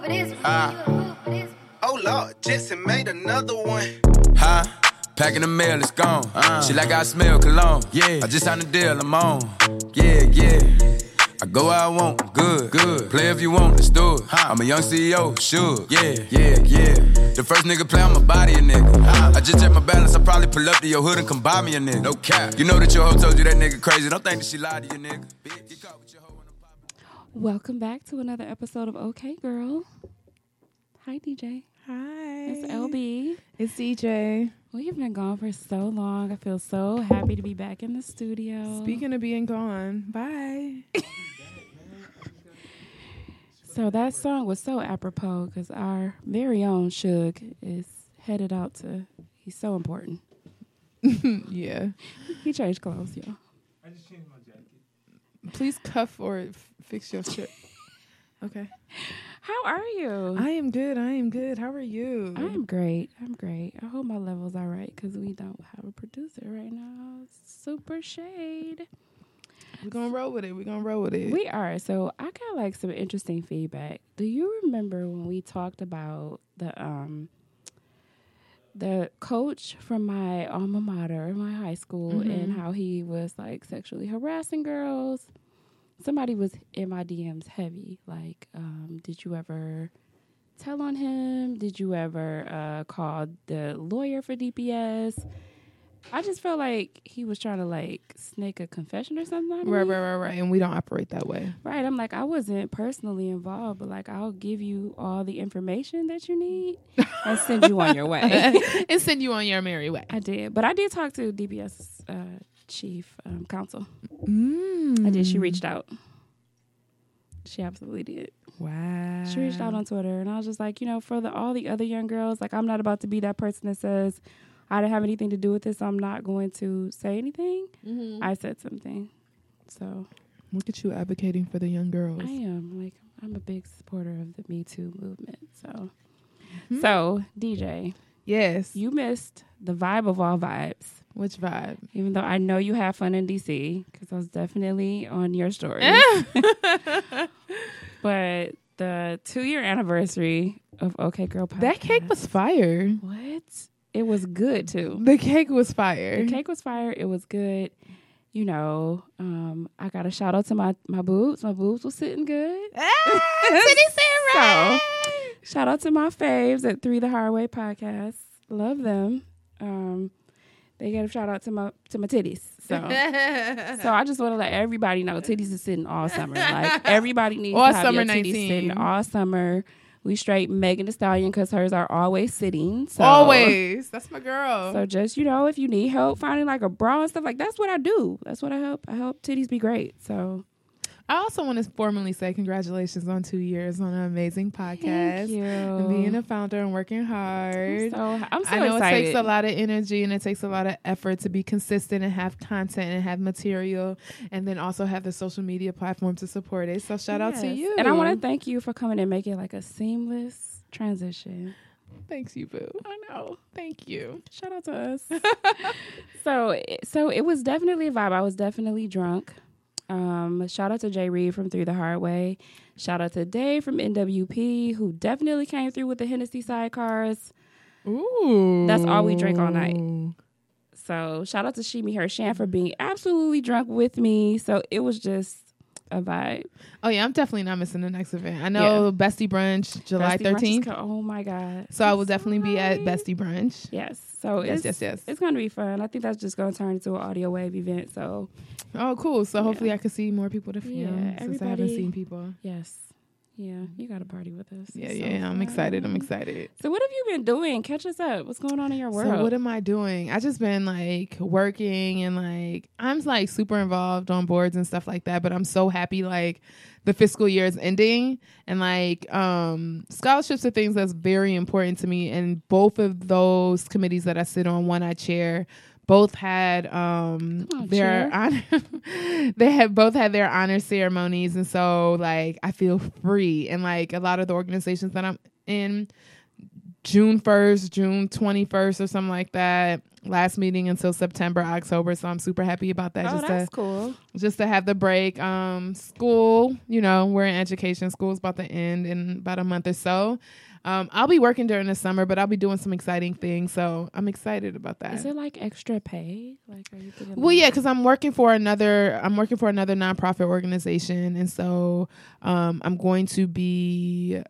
Huh? Oh Lord, Jesse made another one. Huh? Packing the mail, it's gone. She like I smell cologne. Yeah. I just signed a deal, I'm on. Yeah, yeah. I go where I want, good, good. Play if you want, let's do it. I'm a young CEO, sure. Yeah, yeah, yeah. The first nigga play, I'ma body a nigga. I just check my balance, I probably pull up to your hood and come buy me a nigga. No cap. You know that your hoe told you that nigga crazy. Don't think that she lied to you, nigga. Bitch, get caught with your hoe in the pocket. Welcome back to another episode of OK Girl. Hi, DJ. Hi. It's LB. It's DJ. We've been gone for so long. I feel so happy to be back in the studio. Speaking of being gone, bye. So that song was so apropos because our very own Suge is headed out to. He's so important. Mm, yeah. He changed clothes, y'all. Please cuff or f- fix your shit. Okay. How are you? I am good. I am good. How are you? I'm great. I'm great. I hope my level's all right because we don't have a producer right now. Super shade. We're gonna roll with it. We're gonna roll with it. We are. So I got like some interesting feedback. Do you remember when we talked about the um the coach from my alma mater, my high school, and how he was like sexually harassing girls? Somebody was in my DMs heavy. Like, um, did you ever tell on him? Did you ever uh, call the lawyer for DPS? I just felt like he was trying to like snake a confession or something. out of right, me. right, right, right. And we don't operate that way. Right. I'm like, I wasn't personally involved, but like, I'll give you all the information that you need and send you on your way. and send you on your merry way. I did. But I did talk to DBS uh, chief um, counsel. Mm. I did. She reached out. She absolutely did. Wow. She reached out on Twitter, and I was just like, you know, for the, all the other young girls, like, I'm not about to be that person that says, I didn't have anything to do with this. I'm not going to say anything. Mm-hmm. I said something. So Look at you advocating for the young girls. I am like I'm a big supporter of the Me Too movement. So, Mm-hmm. so DJ, yes. you missed the vibe of all vibes. Which vibe? Even though I know you had fun in DC, because I was definitely on your story. but the two year anniversary of OK Girl podcast, That cake was fire. what? It was good too. The cake was fire. The cake was fire. It was good. You know, um, I got a shout out to my my boobs. My boobs was sitting good. so, shout out to my faves at Three the Hard Way podcast. Love them. Um, they get a shout out to my to my titties. So, so I just want to let everybody know titties is sitting all summer. Like everybody needs All to have summer your titties 19. sitting all summer. We straight Megan Thee Stallion because hers are always sitting. So. Always. That's my girl. So just you know, if you need help finding like a bra and stuff like that's what I do. That's what I help. I help titties be great. So I also want to formally say congratulations on two years on an amazing podcast. Thank you. And being a founder and working hard. I'm so, I'm so I know excited. it takes a lot of energy and it takes a lot of effort to be consistent and have content and have material and then also have the social media platform to support it. So shout out to Yes. you. And I want to thank you for coming and making like a seamless transition. thanks you, boo. I know. Thank you. Shout out to us. so so it was definitely a vibe. I was definitely drunk. Um, shout out to Jay Reed from Through the Hard Way. Shout out to Dave from NWP, who definitely came through with the Hennessy sidecars. Ooh. That's all we drink all night. So shout out to Shimi Hershan for being absolutely drunk with me. So it was just a vibe. Oh yeah, I'm definitely not missing the next event. I know Bestie Brunch July Rusty Brunch is 13th. co- Oh my God. So I will definitely be at Best. Bestie Brunch. Yes. So Yes, it's, yes, yes. It's gonna be fun. I think that's just gonna turn into an audio wave event. So Oh, cool. So hopefully I can see more people to film Yeah, since I haven't everybody- seen people. yes, yeah, you gotta party with us. Yeah, It's so yeah. I'm fun. excited. I'm excited. So what have you been doing? Catch us up. What's going on in your world? So what am I doing? I just been like working and like I'm like super involved on boards and stuff like that, but I'm so happy like the fiscal year is ending and like um scholarships are things that's very important to me and both of those committees that I sit on, one I chair, both had um Come on, chair. their honor they had both had their honor ceremonies and so like I feel free and like a lot of the organizations that I'm in June 1st, June 21st, or something like that. last meeting until September, October. So I'm super happy about that. Oh, just that's to, cool. just to have the break. Um, school, you know, we're in education. School's about to end in about a month or so. Um, I'll be working during the summer, but I'll be doing some exciting things. So I'm excited about that. Is it like extra pay? Like, are you getting? Well, yeah, because I'm working for another. I'm working for another nonprofit organization, and so um, I'm going to be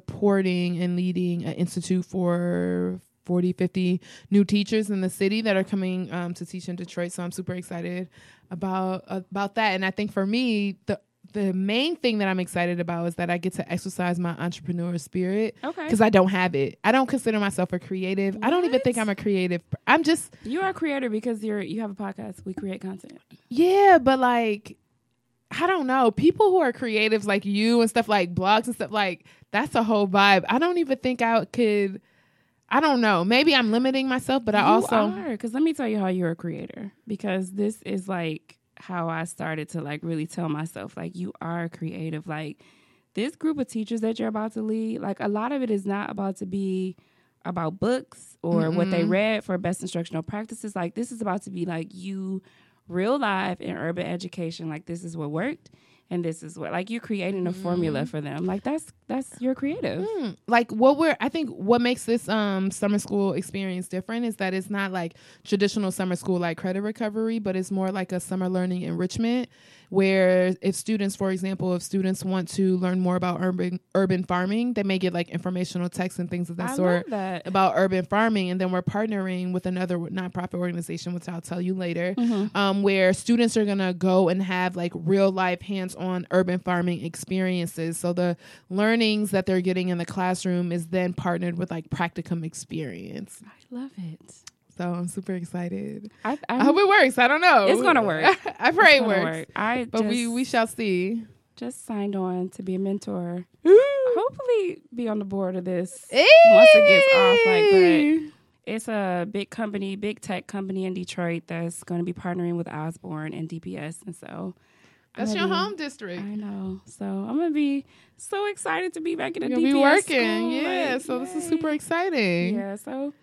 supporting and leading an institute for 40, 50 new teachers in the city that are coming um, to teach in Detroit. So I'm super excited about about that. And I think for me, the the main thing that I'm excited about is that I get to exercise my entrepreneur spirit Okay. because I don't have it. I don't consider myself a creative. I don't even What? think I'm a creative. per- I'm just you are a creator because you're you have a podcast. We create content. yeah, but like, I don't know. People who are creatives like you and stuff like blogs and stuff like that's a whole vibe. I don't even think I could. I don't know. Maybe I'm limiting myself, but I also because let me tell you how you're a creator because this is like how I started to like really tell myself like you are a creative like this group of teachers that you're about to lead like a lot of it is not about to be about books or what they read for best instructional practices like this is about to be like you real life in urban education like this is what worked and this is what like you're creating a formula for them like that's that's you're creative Hmm. like what we're i think what makes this um summer school experience different is that it's not like traditional summer school like credit recovery but it's more like a summer learning enrichment where if students for example if students want to learn more about urban urban farming they may get like informational texts and things of that I sort love that about urban farming and then we're partnering with another nonprofit organization which i'll tell you later Mm-hmm. um, where students are going to go and have like real life hands-on urban farming experiences so the learnings that they're getting in the classroom is then partnered with like practicum experience I love it so i'm super excited I, i hope it works i don't know Um, It's gonna work. i pray it gonna works work. I but we we shall see just signed on to be a mentor. Hopefully, be on the board of this. Once it gets off like that, it's a big company, big tech company in Detroit that's going to be partnering with Osborne and DPS, and so that's I'm your gonna home be- district I know. So I'm gonna be so excited to be back in a you'll DPS be working school, yeah like, so this is yay. super exciting Yeah. So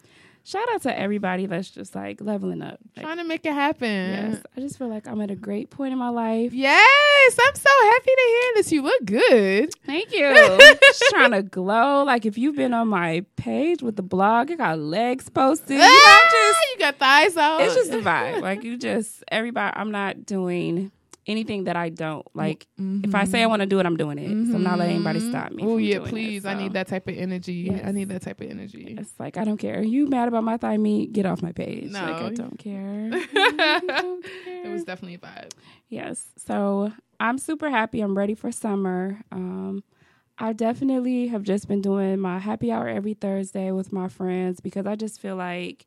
shout out to everybody that's just like leveling up. Like, trying to make it happen. yes, I just feel like I'm at a great point in my life. Yes, I'm so happy to hear this. You look good. Thank you. Just trying to glow. Like if you've been on my page with the blog, I got legs posted. You know, Ah, I'm just- you got thighs out. it's just the vibe. Like you just everybody. I'm not doing anything that I don't like. If I say I want to do it, I'm doing it. So I'm not letting anybody stop me. Mm-hmm. Oh from yeah, doing it. please. I So need that type of energy. I Yes. need that type of energy. It's like I don't care. You mad about my thigh meat? Get off my page. No. Like I don't care. It was definitely a vibe. Yes. So I'm super happy. I'm ready for summer. Um, I definitely have just been doing my happy hour every Thursday with my friends because I just feel like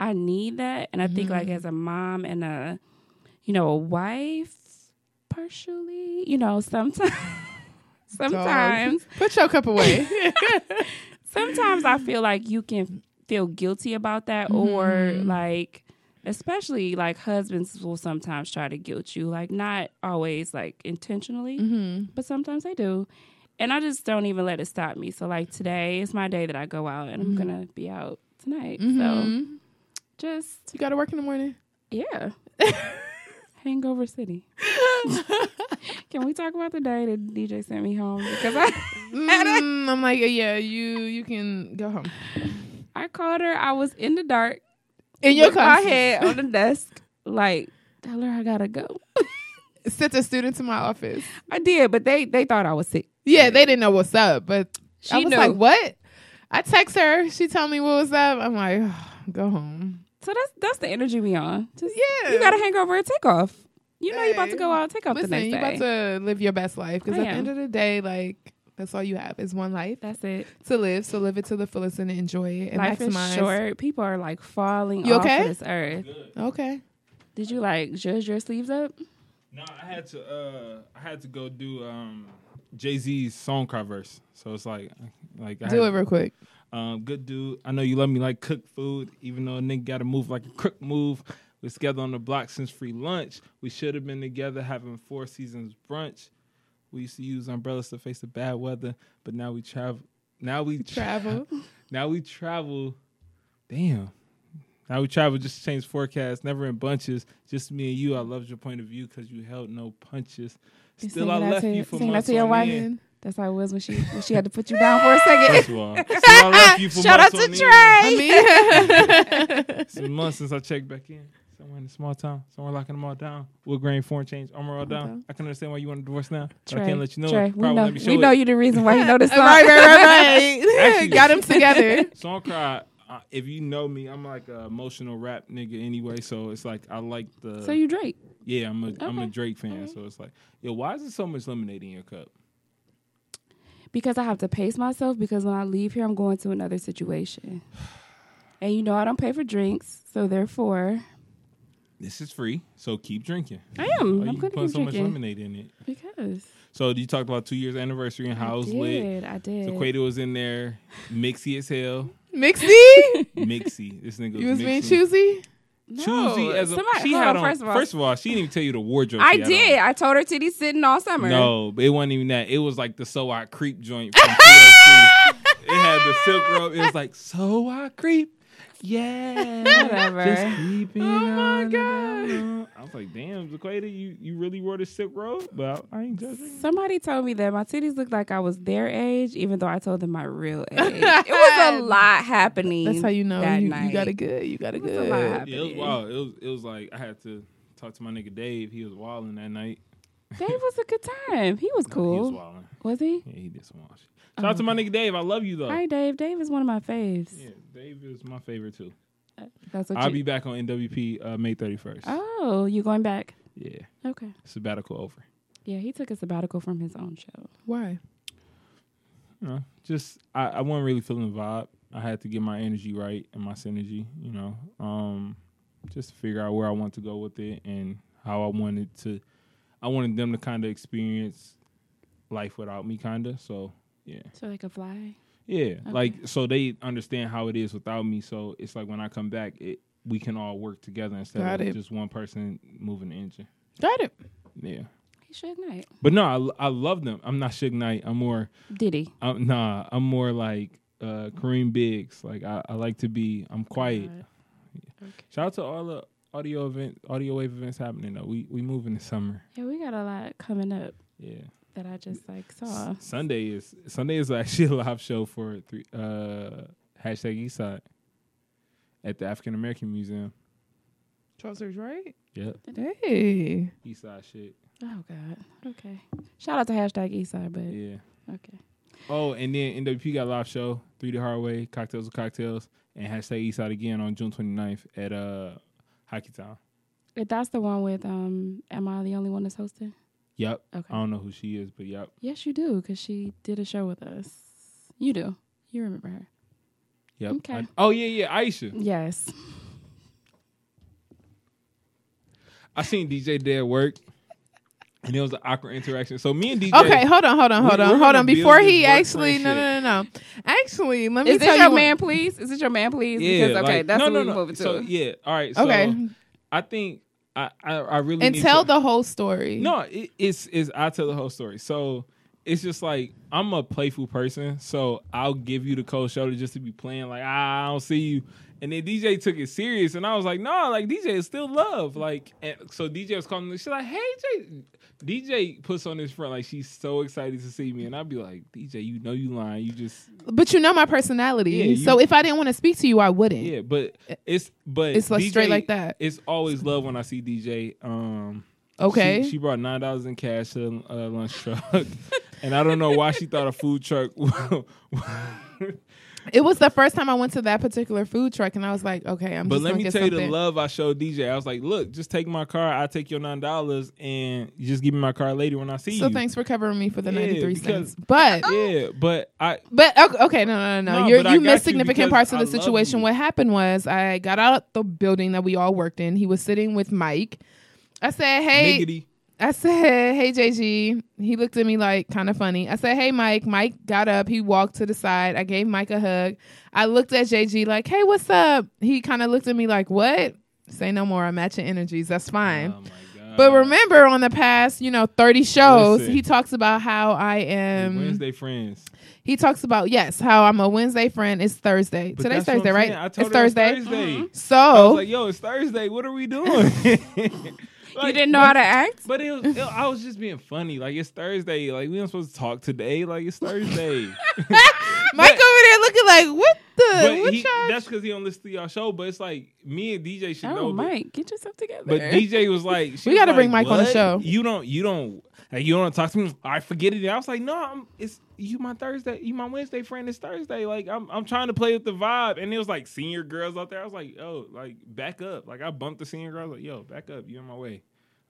I need that. And I think, like, as a mom and a, you know, a wife, partially, you know, sometimes, sometimes, Dog. put your cup away. sometimes I feel like you can feel guilty about that or like especially like husbands will sometimes try to guilt you like not always like intentionally Mm-hmm. but sometimes they do and I just don't even let it stop me so like today is my day that I go out and I'm going to be out tonight so Mhm. just you got to work in the morning. yeah hangover city can we talk about the day that DJ sent me home because I Mm, I'm like, yeah, you you can go home I called her I was in the dark in your with my car. head on the desk, like tell her I gotta go. Sent a student to my office. I did, but they they thought I was sick. Yeah, they didn't know what's up, but She I was knew. like, what? I text her. She told me what was up. I'm like, go home. so that's that's the energy we on. Just, Yeah. you got a hangover and take off. You know you about Hey. to go out, take off the Listen, next you day. about to live your best life because I at the end am. of the day, like that's all you have is one life that's it. to live. So live it to the fullest and enjoy it and Life maximize. is short. People are like falling You off okay? of this earth. Okay. Did you like judge your sleeves up? No, I had to. Uh, I had to go do um, Jay Z's song covers. So it's like, like I Do it had, real quick. Um, good dude. I know you love me like cook food, even though a nigga got to move like a crook move. We're together on the block since free lunch. We should have been together having four seasons brunch. We used to use umbrellas to face the bad weather, but now we travel. Now we tra- Travel. now we travel. Damn, Now we travel just to change forecast, never in bunches. Just me and you. I loved your point of view because you held no punches. You Still, singing I that left to- you for singing that months to your on wife? end. That's how it was when she when she had to put you down for a second. First of all, still I left you for Shout out months to on end. Trey. I mean, It's been months since I checked back in. Somewhere in a small town, somewhere locking them all down. Wood grain, foreign change, armor all down. down. I can understand why you want a divorce now, but Trey, I can't let you know Trey, it. we Probably know, let me show we it. know you the reason why you know this song. right, right, right, right. Actually- Got them together. Song Cry, uh, if you know me, I'm like a emotional rap nigga anyway, so it's like I like the. So you Drake? yeah, I'm a am a Okay. Drake fan, so it's like, yo, why is there so much lemonade in your cup? Because I have to pace myself. Because when I leave here, I'm going to another situation, and you know I don't pay for drinks, so therefore This is free, so keep drinking. I Why am. you I'm going to putting keep so much drinking lemonade in it? because So you talked about two years anniversary and how it I was lit. did. I did. So Quato was in there, mixy as hell, Mixie, mixy. This nigga was you was being mixy. choosy. No, choosy as a somebody- she hold had on, on first of all. she didn't even tell you the wardrobe. I she had did. on. I told her titties sitting all summer. No, but it wasn't even that. It was like the so I creep joint from TLC. it had the silk rope. It was like so I creep. Yeah, Whatever. just creeping. Oh my on and God. on. I was like, damn, Zaquita, you you really wore the silk robe, but I, I ain't judging. Somebody told me that my titties looked like I was their age, even though I told them my real age. it was a lot happening. That's how you know that you, night. you got a good. You got a It was a lot. good. Yeah, it was happening. wild. It was it was like I had to talk to my nigga Dave. He was wilding that night. Dave was a good time. He was He was cool. was, he? wilding. Yeah, he did some wild shit. Shout out to my nigga Dave. I love you though. Hi, Dave. Dave is one of my faves. yeah, Dave is my favorite too. That's what I'll you. be back on NWP uh, May 31st. oh, you going back? Yeah, Okay. sabbatical over. Yeah, he took a sabbatical from his own show. Why? You know, just I, I wasn't really feeling the vibe. I had to get my energy right and my synergy. You know, um, just to figure out where I want to go with it and how I wanted to. I wanted them to kind of experience life without me, kind of. So yeah. So like a fly. Yeah, like so they understand how it is without me. So it's like when I come back, it we can all work together instead Got of it. just one person moving the engine. Got it. Yeah, He should night. but no, I, I love them. I'm not Suge Knight. I'm more Did he? I'm, nah. I'm more like uh, Kareem Biggs. Like I, I like to be. I'm quiet. Alright. Okay. Shout out to all the audio event, audio wave events happening though. We we moving this summer. Yeah, we got a lot coming up Yeah. that I just like S- saw. Sunday is Sunday is actually a live show for three uh hashtag Eastside at the African American Museum. Trousers, right? Yep. Hey. Eastside shit. Oh God. Okay. Shout out to hashtag Eastside, but Yeah. okay. Oh, and then NWP got a live show, 3D Hardway, Cocktails with Cocktails, and hashtag Eastside again on June 29th at uh Hockey Town. If that's the one with um, am I the only one that's hosting? Yep. Okay. I don't know who she is, but yep. yes, you do, because she did a show with us. You do. You remember her? Yep. Okay. I- oh yeah, yeah, Aisha. Yes. I seen DJ Dead work. And it was an awkward interaction. So me and DJ Okay, hold on, hold on, hold We- on, we're hold gonna on. build Before this he work actually, no, no, no, friendship. no. Actually, let me Is tell this you your what- man, please? Is this your man, please? Yeah, because okay, like- that's no, what no, we no. move it to. So yeah, all right. So Okay, I think I I, I really and need tell to- the whole story. no. It, it's it's I tell the whole story. So it's just like I'm a playful person, so I'll give you the cold shoulder just to be playing. Like ah, I don't see you. And then DJ took it serious, and I was like, no, like DJ is still love. Like and so DJ was calling me. She's like, hey, Jay. DJ puts on this front like she's so excited to see me, and I'd be like, DJ, you know you lying. You just but you know my personality, Yeah, you- so if I didn't want to speak to you, I wouldn't. Yeah, but it's but It's, like, straight DJ like that. It's always love when I see DJ. Um, Okay. she, she brought nine dollars in cash to a lunch truck, and I don't know why she thought a food truck. It was the first time I went to that particular food truck, and I was like, okay, I'm. but just let gonna me get tell you the something. love I showed DJ. I was like, look, just take my car. I will take your nine dollars, and you just give me my car later when I see So you. thanks for covering me for the Yeah, ninety three because- cents. But Yeah, but I But okay, okay, no, no, no, no. No, You're, but I you got missed you significant because parts of I the love situation. you. What happened was I got out the building that we all worked in. He was sitting with Mike. I said, "Hey," niggity. I said, "Hey, JG." He looked at me like kind of funny. I said, "Hey, Mike." Mike got up. He walked to the side. I gave Mike a hug. I looked at JG like, "Hey, what's up?" He kind of looked at me like, "What?" Say no more. I match your energies. That's fine. Oh my god. But remember, on the past, you know, thirty shows, Listen. he talks about how I am. Wednesday friends. He talks about yes, how I'm a Wednesday friend. It's Thursday. But Today's that's what Thursday, I'm right? saying. I told it's her it was Thursday. Uh-huh. Thursday. So I was like, yo, it's Thursday. What are we doing? you didn't know how to act. But it was, it- I was just being funny. Like it's Thursday. Like we aren't supposed to talk today. Like it's Thursday. Mike over there looking like, what the? but What he, y'all? that's because he don't listen to y'all show. But it's like me and DJ should know. Oh, but- Mike, get yourself together. But DJ was like, she We gotta was bring like, Mike on the "What? show." You don't, you don't, like, you don't wanna talk to me. I forget it. I was like, no, I'm, it's you, my Thursday, you, my Wednesday friend. It's Thursday. Like, I'm, I'm trying to play with the vibe. And it was like senior girls out there. I was like, yo, like back up. Like I bumped the senior girls. Like, yo, back up. You in my way.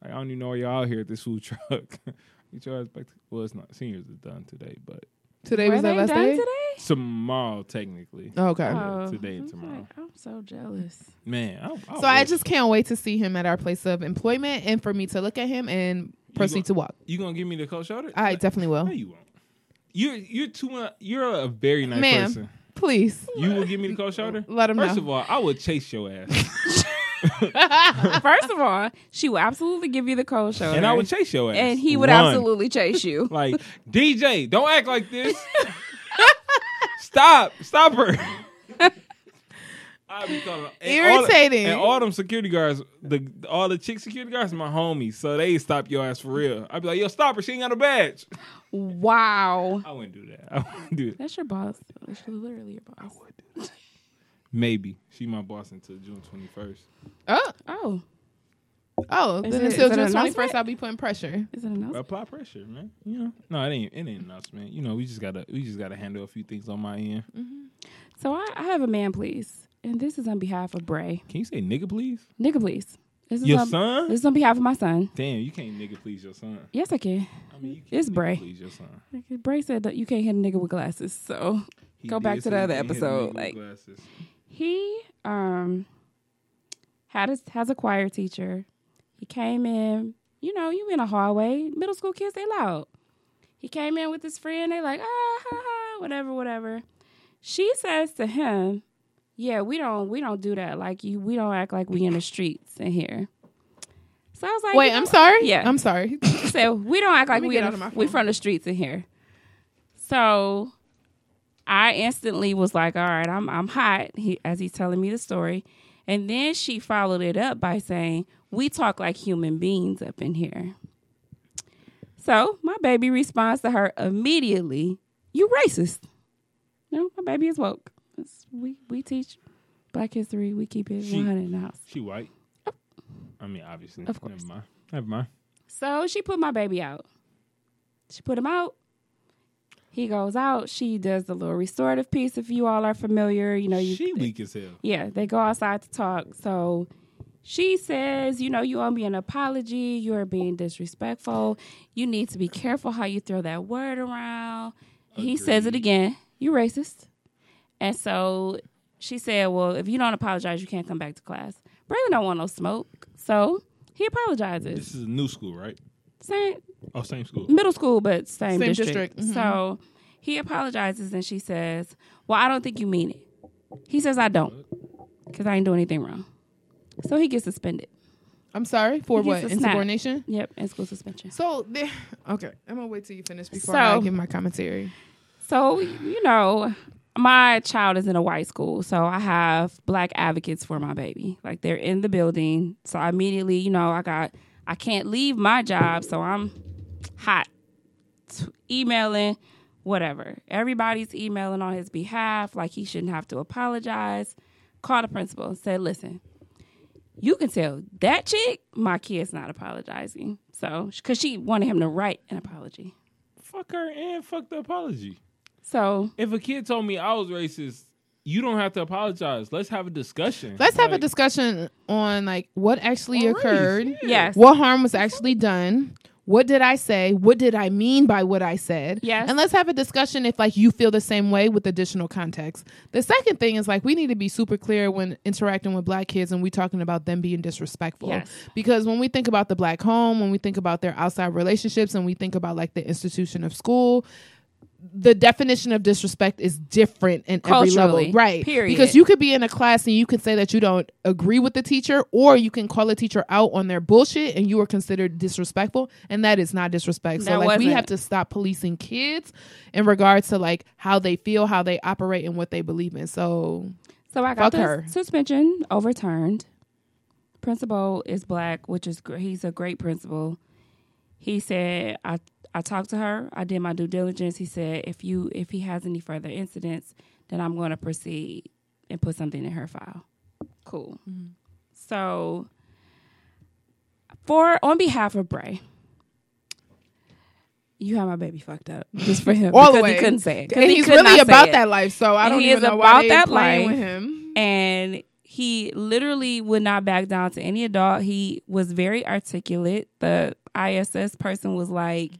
Like I don't even know why y'all out here at this food truck. Get your ass back. To, well, it's not seniors are done today, but Today Were was they that done last day. today? tomorrow technically. Oh, okay. Yeah, Oh, today, I'm tomorrow. like, I'm so jealous. Man, I, I So I wish- just can't wait to see him at our place of employment and for me to look at him and proceed to walk. you gonna give me the cold shoulder? I definitely will. No, you won't. You're you're too. You're a very nice Ma'am. person. Please You will give me the cold shoulder. let him First know. of all, I will chase your ass, First of all, she would absolutely give you the cold shoulder, and I would chase your ass, and he would Run. absolutely chase you. like DJ. Don't act like this. stop, stop her. I be calling and all the- Irritating. and all them security guards, the all the chick security guards, my homies, so they stop your ass for real. I'd be like, yo, stop her. She ain't got a badge. Wow, I wouldn't do that. I wouldn't do it. that's your boss. That's literally your boss. Maybe she my boss until June twenty first. oh, Oh, oh, Is then it- until is it an June twenty announcement? first, I'll be putting pressure. is it announced? apply pressure, man. You know, no, it ain't. It ain't enough, man. You know, we just gotta, we just gotta handle a few things on my end. Mm-hmm. So I, I have a man, please, and this is on behalf of Bray. Can you say nigga please? Nigga, please. This is Your on, son? This is on behalf of my son. Damn, you can't nigga please your son. Yes, I can. I mean, you can't It's nigga Bray. please your son. Okay, Bray said that you can't hit a nigga with glasses. So He Go did back to say the you other can't hit a episode, nigga with like- glasses. he um had a, has a choir teacher. He came in, you know, you in a hallway. Middle school kids, they loud. He came in with his friend. They like ah ha ha whatever whatever. She says to him, "Yeah, we don't we don't do that. Like you, we don't act like we in the streets in here." So I was like, Wait, you I'm know- sorry. Yeah, I'm sorry. so we don't act like me we get in out of the- my we phone. from the streets in here. So I instantly was like, "All right, I'm I'm hot." He, as he's telling me the story, and then she followed it up by saying, "We talk like human beings up in here." So my baby responds to her immediately, "You racist." No, my baby is woke. It's- we we teach Black history. We keep it She- 100 in the house. She white. I mean, obviously. Of course. Never mind. Never mind. So she put my baby out. She put him out. He goes out. She does the little restorative piece. If you all are familiar, you know you. she weak as hell. yeah, they go outside to talk. So she says, you know, you owe me an apology. You are being disrespectful. You need to be careful how you throw that word around. He says it Agreed. again. You racist. And so she said, well, if you don't apologize, you can't come back to class. Braylon don't want no smoke, so he apologizes. This is a new school, right? Same, Oh, same school. middle school, but same, Same district. district, mhm. So he apologizes and she says, Well, I don't think you mean it. He says, I don't because I didn't do anything wrong. So he gets suspended. I'm sorry for He what gets a snap. insubordination. Yep, and school suspension. So there, okay, I'm gonna wait till you finish before So- I give my commentary. So, you know, my child is in a white school, so I have black advocates for my baby. Like they're in the building. So I immediately, you know, I got I can't leave my job, so I'm hot t- emailing whatever. Everybody's emailing on his behalf like he shouldn't have to apologize. Call the principal and said, "Listen, you can tell that chick my kid's not apologizing." So, cuz she wanted him to write an apology. Fuck her and fuck the apology. So, If a kid told me I was racist, you don't have to apologize. Let's have a discussion. Let's have a Like, discussion on like what actually on race, occurred. yeah. yes. What harm was actually done? What did I say? What did I mean by what I said? Yes. And let's have a discussion if like you feel the same way with additional context. The second thing is like we need to be super clear when interacting with black kids and we talking about them being disrespectful. Yes. Because when we think about the black home, when we think about their outside relationships and we think about like the institution of school, the definition of disrespect is different in every Culturally, level, right? period. Because you could be in a class and you could say that you don't agree with the teacher, or you can call a teacher out on their bullshit, and you are considered disrespectful, and that is not disrespect. so That like we wasn't. have to stop policing kids in regards to like how they feel, how they operate, and what they believe in. So So I got Fuck this her. suspension overturned. Principal is black, which is gr- he's a great principal. He said I I talked to her. I did my due diligence. He said if you if he has any further incidents, then I'm going to proceed and put something in her file. Cool. Mm-hmm. So for on behalf of Bray, you had my baby fucked up just for him All the because way. he couldn't say it. 'Cause and he he's could not really say about it that life. So I And don't he even is know about why they that playing life. with him. and he literally would not back down to any adult. He was very articulate. The ISS person was like,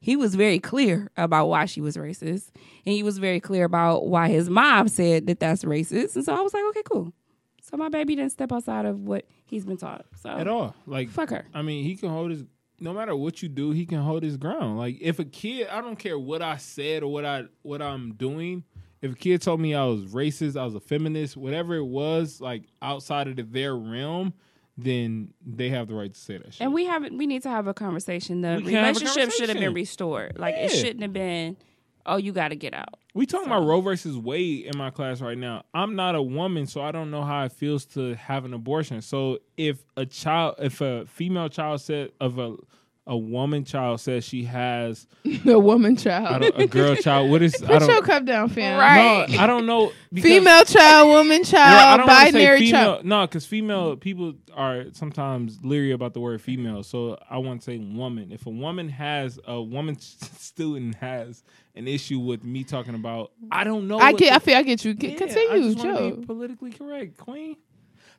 he was very clear about why she was racist, and he was very clear about why his mom said that that's racist. And so I was like, okay, cool. So my baby didn't step outside of what he's been taught. So at all. Like fuck her. I mean, he can hold his. No matter what you do, he can hold his ground. Like if a kid, I don't care what I said or what I what I'm doing. If a kid told me I was racist, I was a feminist, whatever it was, like outside of the- their realm, then they have the right to say that shit. And we haven't. We need to have a conversation. The We can have a relationship should have conversation. been restored. Like it Yeah. shouldn't have been. Oh, you got to get out. We talking about Roe versus Wade in my class right now. I'm not a woman, so I don't know how it feels to have an abortion. So if a child, if a female child said of a a woman child says she has The woman I child. don't, a girl child, what is I Put your don't cup down, fam. no, I don't know because- Female child, woman Well, I child, don't wanna say binary female, child. No, because female people are sometimes leery about the word female. So I want to say woman. If a woman has a woman student has an issue with me talking about, I don't know. I what get. the- I feel. I get you. yeah, C- I Continue, just wanna Be Joe. politically correct, queen.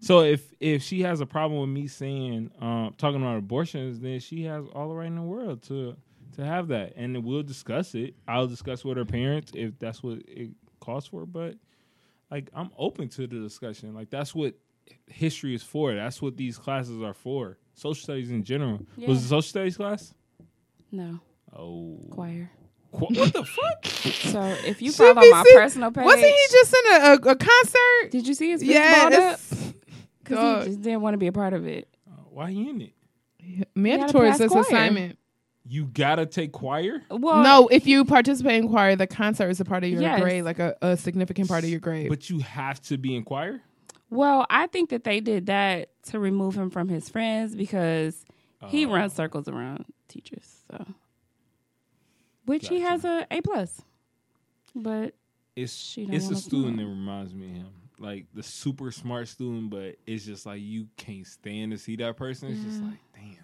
So if if she has a problem with me saying um, talking about abortions, then she has all the right in the world to to have that, and we'll discuss it. I'll discuss with her parents if that's what it calls for. But like, I'm open to the discussion. Like that's what history is for. That's what these classes are for. Social studies in general. Yeah. Was it social studies class? No Oh, choir. Qu- what the fuck? So if you She follow be my sit- personal page, Wasn't he just in a, a, a concert? Did you see his fist balled up? Yes. Because Dog. he just didn't want to be a part of it. Why he in it? Mandatory pass says choir. assignment. You gotta take choir. Well, no, if you participate in choir, the concert is a part of your Yes. grade, like a, a significant part of your grade. But you have to be in choir. Well, I think that they did that to remove him from his friends because he Oh. runs circles around teachers. So, which he has a A plus, but It's She don't it's a wanna student play. that reminds me of him. Like the super smart student, but it's just like you can't stand to see that person. It's just Mm. like, damn.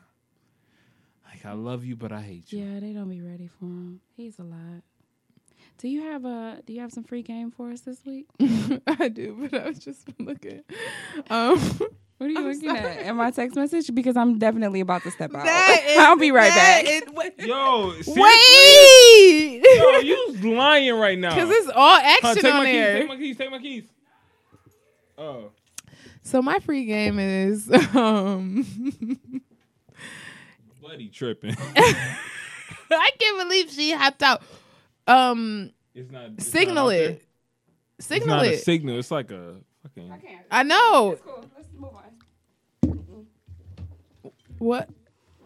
Like I love you, but I hate you. yeah, they don't be ready for him. He's a lot. Do you have a Do you have some free game for us this week? I do, but I was just looking. Um, What are you I'm looking at sorry. in my text message? Because I'm definitely about to step out. that is- I'll be right that back. is- wait. Yo, seriously? Wait, Yo, you lying right now. because it's all Huh, action take on my there. keys, take my keys, take my keys. Oh. So my free game is um Bloody tripping. I can't believe she hopped out. Um it's not it's not signal out there. it. It's Signal not a it. signal. It's like a fucking I know. Cool. Let's move on. What?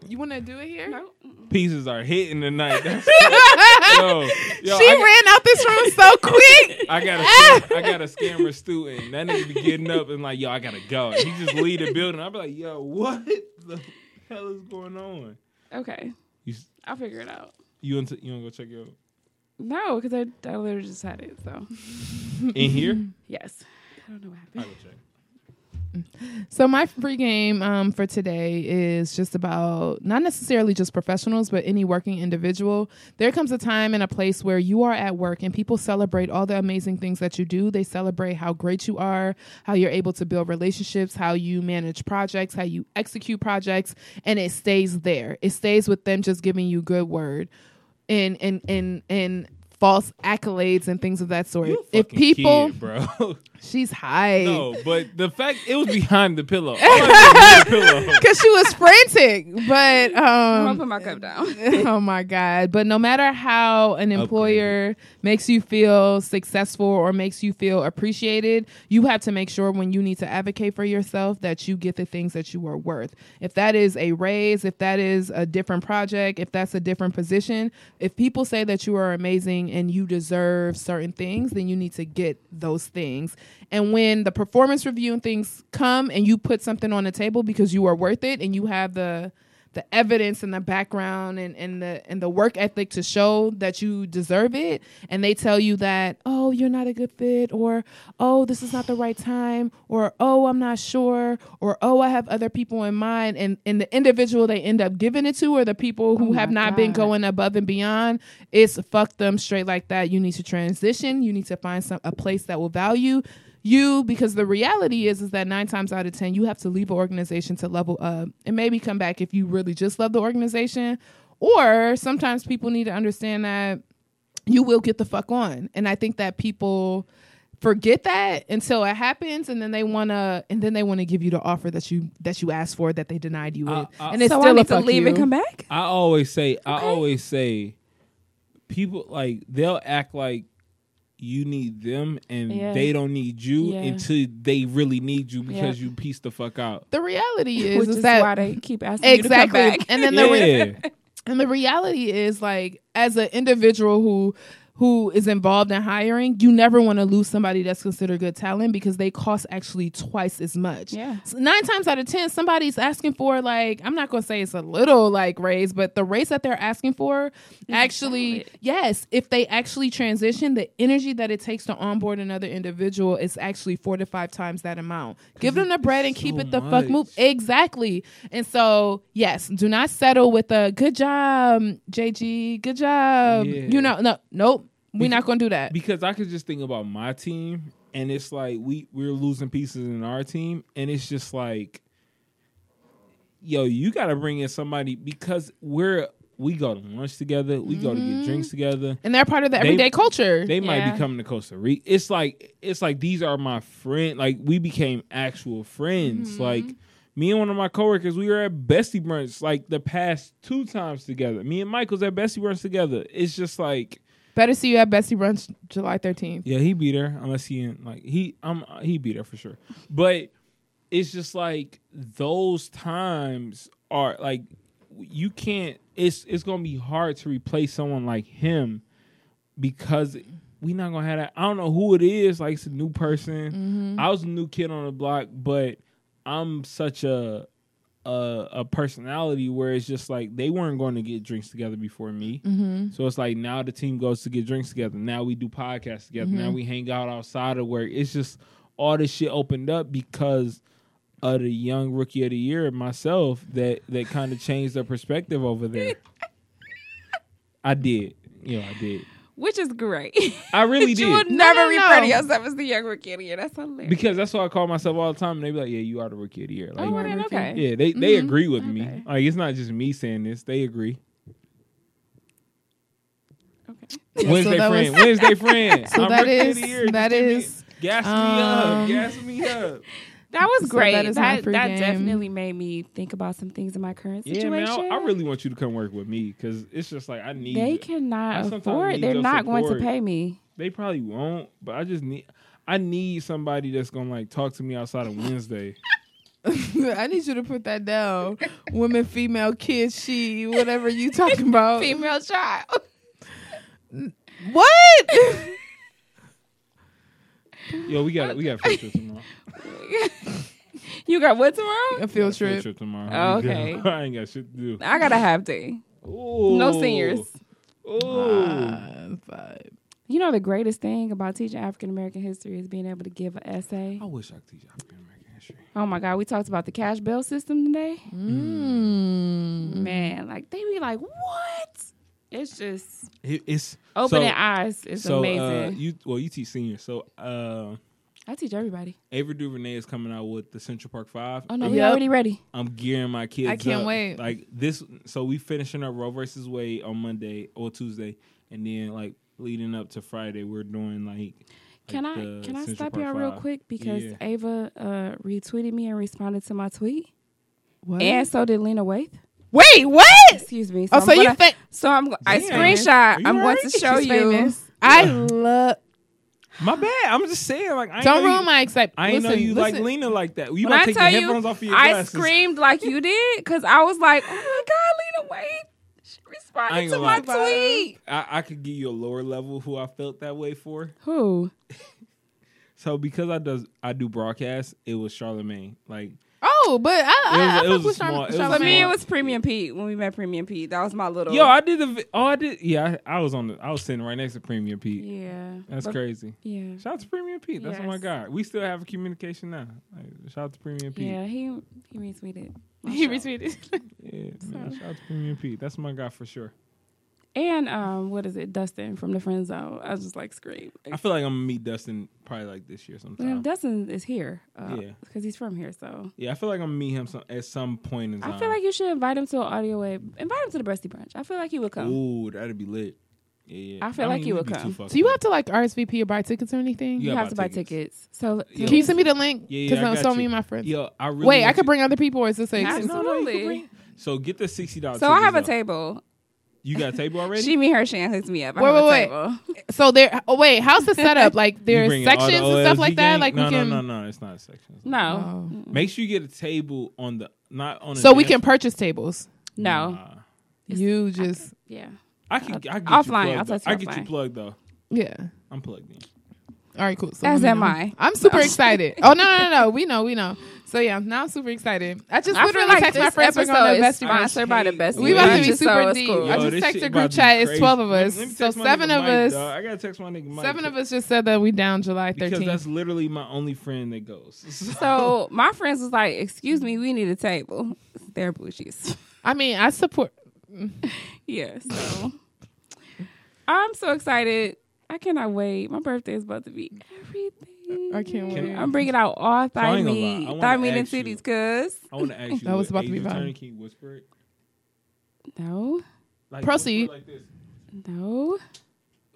You want to do it here? pieces are hitting tonight. That's, yo, yo, she I- ran out this room so quick. I got a scam, I got a scammer student. That nigga be getting up and like, yo, I gotta go. And he just leave the building. I be like, yo, what the hell is going on? Okay, You s- I'll figure it out. you want to you want to go check your No, because I, I literally just had it. So in here? yes, I don't know what I happened. go check. So my free game um, for today is just about not necessarily just professionals, but any working individual. There comes a time and a place where you are at work and people celebrate all the amazing things that you do. They celebrate how great you are, how you're able to build relationships, how you manage projects, how you execute projects, and it stays there. It stays with them just giving you good word and and and and false accolades and things of that sort. You a if fucking people, kid, bro. she's high. no, but the fact it was behind the pillow. All I did was the pillow. Cause she was frantic, but I'm gonna um, put my cup down. oh my god but no matter how an employer makes you feel successful or makes you feel appreciated you have to make sure when you need to advocate for yourself that you get the things that you are worth if that is a raise if that is a different project if that's a different position if people say that you are amazing and you deserve certain things then you need to get those things and when the performance review and things come and you put something on the table because you are worth it and you have the the evidence and the background and, and the and the work ethic to show that you deserve it and they tell you that oh you're not a good fit or oh this is not the right time or oh i'm not sure or oh i have other people in mind and and the individual they end up giving it to or the people who my have not been God. going above and beyond it's fuck them straight like that you need to transition you need to find some a place that will value you because the reality is is that nine times out of ten you have to leave an organization to level up and maybe come back if you really just love the organization or sometimes people need to understand that you will get the fuck on and i think that people forget that until it happens and then they want to and then they want to give you the offer that you that you asked for that they denied you with Uh, uh, and it's so still I a need to fuck leave you. and come back. I always say, I always say, people like they'll act like you need them and Yeah. they don't need you Yeah. until they really need you because you piece the fuck out. the reality is, Which is is that why they keep asking exactly you to come back. and then the re- Yeah, And the reality is like as an individual who who is involved in hiring, you never want to lose somebody that's considered good talent because they cost actually twice as much. Yeah. So nine times out of ten, somebody's asking for like I'm not gonna say it's a little like raise, but the raise that they're asking for actually valid. yes, if they actually transition, the energy that it takes to onboard another individual is actually four to five times that amount. Give them the bread and keep so it the much. fuck move Exactly. And so, yes, do not settle with a good job, JG. Good job. Yeah. You know, no, nope. We're not gonna do that. because I could just think about my team and it's like we we're losing pieces in our team and it's just like, yo, you got to bring in somebody because we're we go to lunch together, we go to get drinks together. and they're part of the everyday culture. They might Yeah. be coming to Costa Rica. It's like it's like these are my friend. Like we became actual friends. Like me and one of my coworkers, we were at Bestie Brunch like the past two times together. Me and Michael's at Bestie Brunch together. It's just like Better see you at Bestie Brunch July 13th. yeah, he be there unless he in, like he um he be there for sure. But it's just like those times are like you can't. It's it's gonna be hard to replace someone like him because we not gonna have that. I don't know who it is. Like it's a new person. I was a new kid on the block, but I'm such a a, a personality where it's just like they weren't going to get drinks together before me. Mm-hmm. So it's like now the team goes to get drinks together. Now we do podcasts together. Now Mm-hmm. we hang out outside of work. It's just all this shit opened up because of the young rookie of the year myself that that kind of changed their perspective over there. I did. Yeah, I did. Which is great. I really you will did. never no, no. refer to yourself as the young rookie of the year. That's hilarious. Because that's what I call myself all the time. And they be like, Yeah, you are the rookie of the year. Like, oh, then, okay. Mm-hmm. Yeah, they, they agree with Okay. me. Like it's not just me saying this. They agree. Okay. Wednesday that friend. was- Wednesday friend. So I'm that rookie of is- the year. that Just give me- is, Gas um, me up. Gas me up. That was So great. that is my that that pregame. definitely made me think about some things in my current Yeah, situation. man. I, I really want you to come work with me because it's just like I need. they it. I cannot sometimes afford. need They're your not going to support. pay me. They probably won't, but I just need. I need somebody that's gonna like talk to me outside of Wednesday. I need you to put that down. Women, female, kid, she, whatever you talking about. Female child. what? Yo, we got we got field trip tomorrow. you got what tomorrow? A field Field trip. trip tomorrow. Oh, I'm good. okay. I ain't got shit to do. I got a half day. No Ooh. seniors. Ooh. Uh, but You know the greatest thing about teaching African American history is being able to give an essay. I wish I could teach African American history. Oh my God, we talked about the cash bail system today. mm. Man, like they be like, what? It's just It, it's opening so, eyes. It's so, Uh, amazing. you well, you teach seniors, so uh, I teach everybody. Avery DuVernay is coming out with the Central Park Five. Oh no, we we Yep. already already ready. I'm gearing my kids. I can't up. wait. Like this, so we finishing up Roe versus Wade on Monday or Tuesday, and then like leading up to Friday, we're doing like. Can like I the can I Central stop Park y'all real Five. quick because Yeah. Ava uh, retweeted me and responded to my tweet, What? and so did Lena Waithe. Wait, what? Excuse me. Oh, I'm so you gonna- fa- so I'm go- I Damn. screenshot. Are you I'm going alright? to show She's you. famous. I love. My bad. I'm just saying. Like, I ain't Don't know you- ruin my excitement. I ain't listen, know you like listen. Lena like that. You When about I to take tell the headphones you, off of your I glasses. screamed like you did because I was like, "Oh my God, Lena Waithe!" She I ain't responded to gonna my lie. tweet. I, I could give you a lower level who I felt that way for. Who? So because I does I do broadcast, it was Charlemagne. Like Oh, but I, I, It was- it I was fuck with a small- Charlotte. it was a For me, Charlamagne. it was Premium Pete when we met Premium Pete. That was my little. yo, I did the vi- oh I did yeah I, I was on the I was sitting right next to Premium Pete. yeah, That's But- crazy. Yeah, Shout out to Premium Pete. That's my Yes. guy. We still have a communication now. Like, shout out to Premium Pete. yeah. He he retweeted. my He show. retweeted. Yeah, man, shout out to Premium Pete. That's my guy for sure. And um, what is it, Dustin from the friend zone? I was just like scream. I feel like I'm gonna meet Dustin probably like this year Yeah, sometime. Dustin is here. Yeah. yeah, because he's from here. So Yeah, I feel like I'm gonna meet him some, at some point in time. I feel like you should invite him to an audio wave. Invite him to the Breasty Brunch. I feel like he would come. Ooh, that'd be lit. Yeah, yeah. I feel like mean, you we'd would be too come. fucked Do you up. have to like RSVP or buy tickets or anything? You You Yeah, have to buy tickets. So Yeah. Can you send me the link? Yeah, yeah, Because I I'm got so you. me and my friends. Yo, I really Wait, I want could you- bring other people, or is this like Nah, No, no, you can Absolutely. bring- So get the sixty dollars. so I have a table. You got a table already? She, me, her, Shan hits me up. I Wait, have a wait, table. so there? Oh wait, how's the setup? Like You there's bringing all the sections and stuff OLG like that. gang? Like no, we can, no, no, no. It's not a section. It's not- No, Oh. Make sure you get a table on the not on. a so we can dance- purchase tables. no, Nah. You just yeah. I can. I get you Offline, plugged, I'll touch though. I get you offline. plugged though. yeah. I'm plugged in. All right, cool. So As let me am know. I. I'm super excited. Oh no, no, no, no. We know, we know. So yeah, now I'm super excited. I just I feel literally like text my this friends. "Oh, We're episode going to is Bestie Brunch. sponsored by the Brunch. Bestie. We about to Brunch, be super so it's deep. cool. I just Yo, this texted shit a about group to be chat. It's crazy. 12 of Let me- us. let me So text my seven nigga of Mike, us- dawg. I gotta text my nigga Mike. Seven of us just said that we down July Because 13th. that's literally my only friend that goes. so my friends was like, "Excuse me, we need a table." They're blue cheese. I mean, I support. Yeah, so I'm so excited. I cannot wait. My birthday is about to be everything. I can't wait. I'm bringing out all I thigh ain't gonna lie. meat, I wanna thigh meat and ask you. titties, cuz. I want to ask you. That was about what to be age violent. turn, Can you whisper it? No, Like, Proceed. whisper like this. no.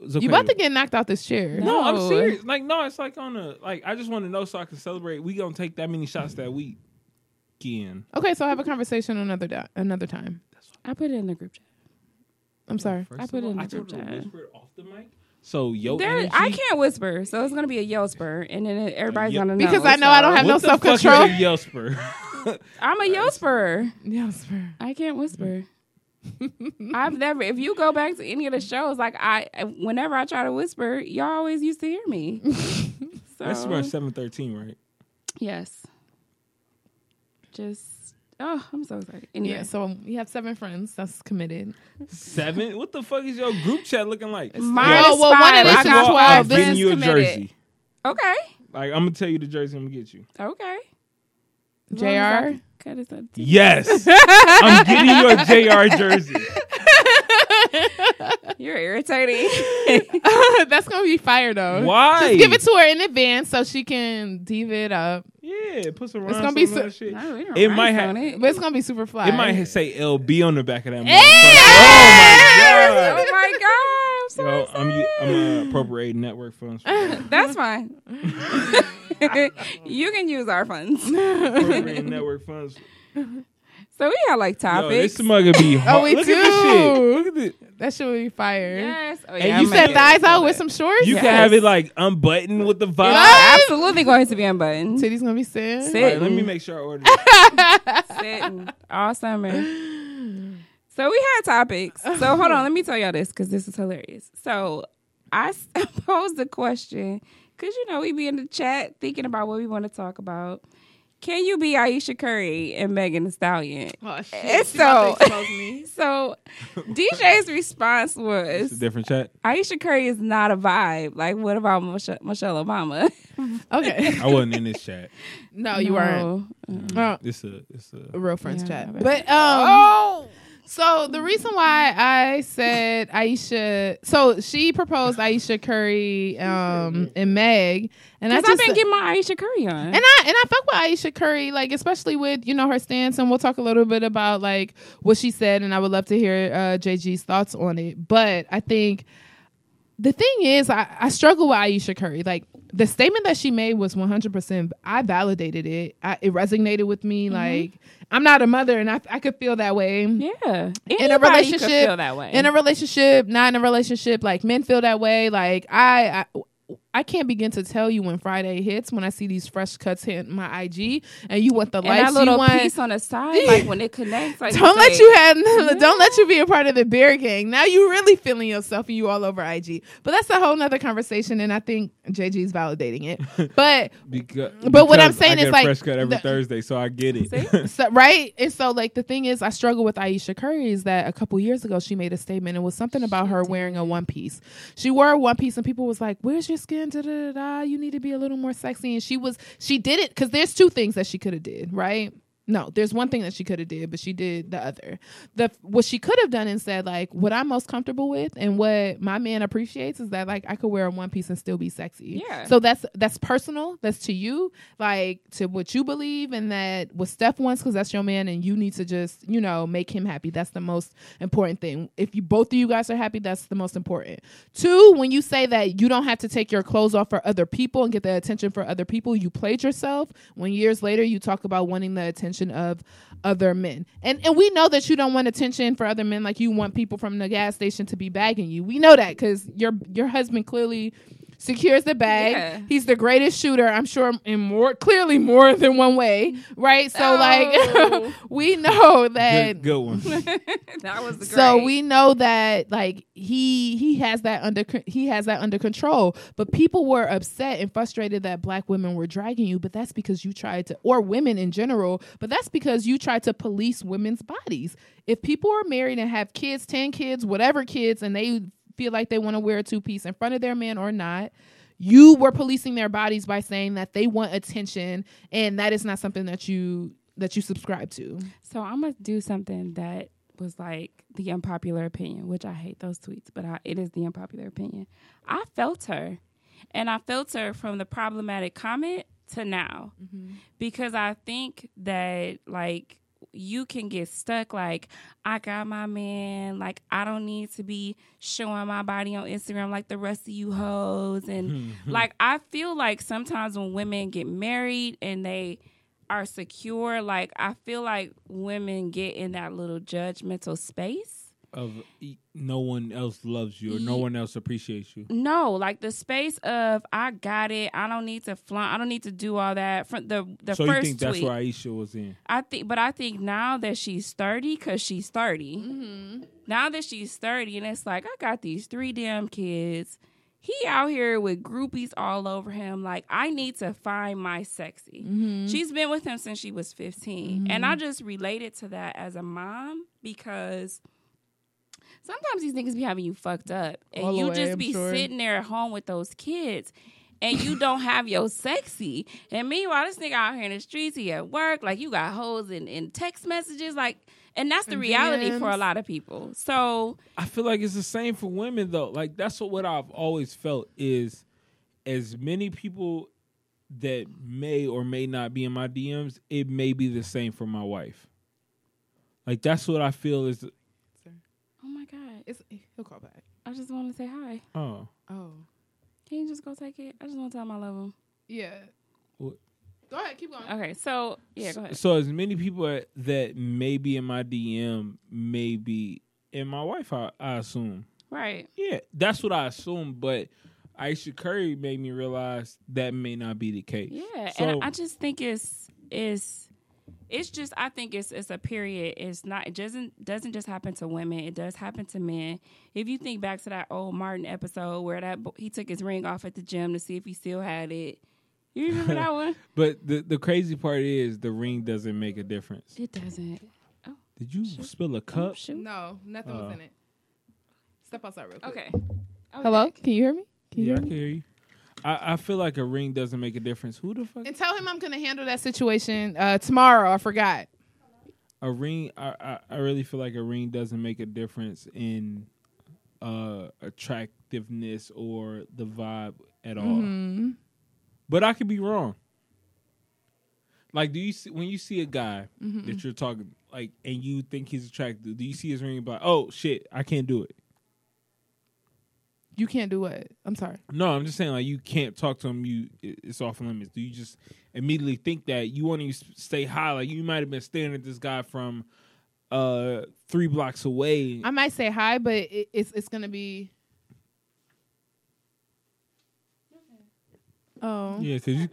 It's okay. You about to get knocked out this chair. No, I'm No. serious. Like, no, it's like on a like. I just want to know so I can celebrate. We gonna take that many shots that week. Again, Okay, so I have a conversation another da- another time. I put it in the group chat. I'm sorry. First I of put it all, in the I told group her to chat. whisper it off the mic. So Oh, yo, There, energy, I can't whisper, so it's gonna be a yell spur, and then everybody's Yep. gonna know. Because I know I don't so- have What no the fuck is self-control. a Yelper? I'm a yell spur. Yeah, sir. I can't whisper. I've never. If you go back to any of the shows, like I, whenever I try to whisper, y'all always used to hear me. so That's around seven thirteen, right? yes, just oh, I'm so excited. Anyway, Yeah, so um, we have seven friends. That's committed. Seven. What the fuck is your group chat looking like? Mine Yo, is well, one of five. this I is got 12. five This- I'm getting friends you a committed. jersey. Okay, Like I'm gonna tell you the jersey I'm gonna get you. okay. As long as I JR. can cut it up. Yes, I'm getting you a JR jersey. You're irritating. That's gonna be fire though. Why? Just give it to her in advance so she can dive it up. Yeah, put some. It's gonna be rhinestone so- on that shit. No, we don't It might rest ha- on it. But it's gonna be super fly. It might say LB on the back of that. Oh motherfucker. my god! I'm Oh so my god! Yo, I'm u- I'm uh, appropriating network funds. For That's fine. you can use our funds. appropriating network funds. So we had like Yo, topics. this smug gonna be hard. Oh, we Look at this shit. do. Look at this. that shit would be fire. yes. Oh, Hey, yeah, you You I'm said gonna- thighs out with some shorts. You Yes. can have it like unbuttoned with the vibe. Yes. It's absolutely going to be unbuttoned. Titties gonna be thin. All right, Sitting, let me make sure I order. This. sitting all summer. So we had topics. So hold on, let me tell y'all this because this is hilarious. So I s- posed the question because you know we be in the chat thinking about what we want to talk about. Can you be Aisha Curry and Megan Thee Stallion? Oh shit! It's She about to so- expose me. So DJ's response It's a was different chat. Aisha Curry is not a vibe. Like, what about Michelle, Michelle Obama? Okay. I wasn't in this chat. No, you weren't. Oh, It's a. It's a. real friends Yeah, I chat. bet. But um, Oh, Oh. so the reason why I said Aisha, so she proposed Aisha Curry um and Meg, and I Because just I've been getting my Aisha Curry on. and I and I fuck with Aisha Curry, like especially with you know her stance, and we'll talk a little bit about like what she said, and I would love to hear uh, JG's thoughts on it. But I think the thing is, I, I struggle with Aisha Curry. Like the statement that she made was 100%. I validated it. I, it resonated with Mm-hmm. me. Like I'm not a mother, and I, I could feel that way. Yeah. In a relationship, feel that way. in a relationship, not in a relationship. Like men feel that way. Like I, I, I can't begin to tell you when Friday hits when I see these fresh cuts hit my IG, and you want the and that likes little you want. piece on the side, like when it connects, like don't let say- you have don't let you be a part of the bear gang. Now you really feeling yourself and you all over IG. But that's a whole nother conversation and I think JG's validating it. But Because, But what I'm because saying I is, get a like, fresh cut every the- Thursday, so I get it. See? so, right? And so like the thing is I struggle with Aisha Curry is that a couple years ago she made a statement. It was something about her wearing a one piece. She wore a one piece and people was like, Where's your skin? Da, da, da, da. You need to be a little more sexy. And she was she did it because there's two things that she could have did, right? No, there's one thing that she could have did, but she did the other. The what she could have done and said like what I'm most comfortable with and what my man appreciates is that like I could wear a one piece and still be sexy. Yeah. So that's that's personal. That's to you, like to what you believe and that what Steph wants because that's your man and you need to just you know make him happy. That's the most important thing. If you both of you guys are happy, that's the most important. Two, when you say that you don't have to take your clothes off for other people and get the attention for other people, you played yourself. When years later you talk about wanting the attention of other men, and and we know that you don't want attention for other men, like you want people from the gas station to be bagging you. We know that because your your husband clearly secures the bag. Yeah. He's the greatest shooter, I'm sure, in more clearly more than one way, right? So Oh. like we know that Good, good one. that was great. so we know that like he he has that under he has that under control but people were upset and frustrated that black women were dragging you but that's because you tried to or women in general but that's because you tried to police women's bodies if people are married and have kids 10 kids whatever kids and they feel like they want to wear a two piece in front of their man or not you were policing their bodies by saying that they want attention and that is not something that you that you subscribe to So I'm gonna do something that was like the unpopular opinion, which I hate those tweets, but I, it is the unpopular opinion. I felt her, and I felt her from the problematic comment to now, because I think that like you can get stuck like I got my man, like I don't need to be showing my body on Instagram like the rest of you hoes, and like I feel like sometimes when women get married and they are secure. Like I feel like women get in that little judgmental space. of e- no one else loves you or no Ye- one else appreciates you. No, like the space of I got it. I don't need to flaunt. I don't need to do all that. From the the so you first think that's tweet, where Aisha was in? I think, but I think now that she's thirty, cause she's 30 Mm-hmm. Now that she's thirty, and it's like I got these three damn kids. He out here with groupies all over him. Like I need to find my sexy. Mm-hmm. She's been with him since she was 15. And I just related to that as a mom because sometimes these niggas be having you fucked up. And All the you way, just I'm be sure. sitting there at home with those kids and you don't have your sexy. And meanwhile, this nigga out here in the streets, he at work, like you got hoes in, in text messages, like and that's the And reality for a DMs. lot of people. So I feel like it's the same for women though. Like that's what, what I've always felt is as many people that may or may not be in my DMs, it may be the same for my wife. Like that's what I feel is Oh my God. it's, he'll call back I just want to say hi. oh oh Can you just go take it? I just want to tell him I love him. Yeah. What? Go ahead, keep going. Okay, so yeah, go ahead. So as many people that may be in my DM may be in my wife, I, I assume. Right. Yeah, that's what I assume. But Aisha Curry made me realize that may not be the case. Yeah, So, and I just think it's it's it's just I think it's it's a period. It's not it doesn't doesn't just happen to women. It does happen to men. If you think back to that old Martin episode where that bo- he took his ring off at the gym to see if he still had it. You remember that one? but the the crazy part is the ring doesn't make a difference. It doesn't. Did you spill a Oh, cup? shoot. No, nothing Oh. was in it. Step outside real quick. Okay. Oh, Hello? Can you hear me? Can you yeah, I hear can me? hear you. I, I feel like a ring doesn't make a difference. Who the fuck? And tell him I'm gonna handle that situation uh, tomorrow. I forgot. a ring I, I i really feel like a ring doesn't make a difference in uh attractiveness or the vibe at all Mm-hmm. but i could be wrong like do you see when you see a guy Mm-hmm. that you're talking like and you think he's attractive do you see his ring and be like oh shit i can't do it You can't do what? I'm sorry. No, I'm just saying like you can't talk to them. You it- it's off limits. Do you just immediately think that you want to stay high? Like you might have been staring at this guy from uh three blocks away. I might say hi, but it, it's it's gonna be. Oh. yeah, because you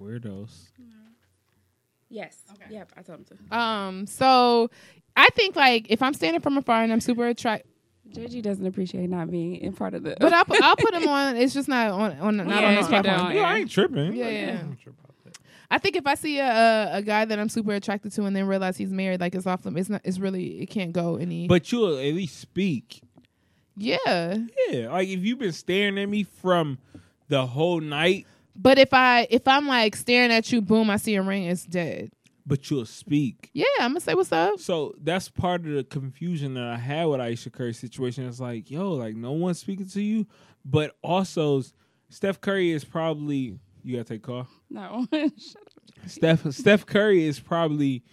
weirdos. Yes. Yep. I told him to. Um. So, I think like if I'm standing from afar and I'm super attracted, JG doesn't appreciate not being in part of the. but I'll, pu- I'll put them on. It's just not on on not Yeah, on it's this not platform. on. Yeah, I ain't tripping. Oh, Yeah, Like, yeah. I don't trip about that. I think if I see a, a a guy that I'm super attracted to and then realize he's married, like it's off them. It's not. It's really. It can't go any. But you'll at least speak. yeah. Yeah, like if you've been staring at me from the whole night, But if I if I'm like staring at you, boom, I see a ring, it's dead. but you'll speak. Yeah, I'm gonna say what's up. So that's part of the confusion that I had with Aisha Curry's situation. It's like, yo, like no one's speaking to you, but also Steph Curry is probably you gotta take a call. no. Shut up. Steph Steph Curry is probably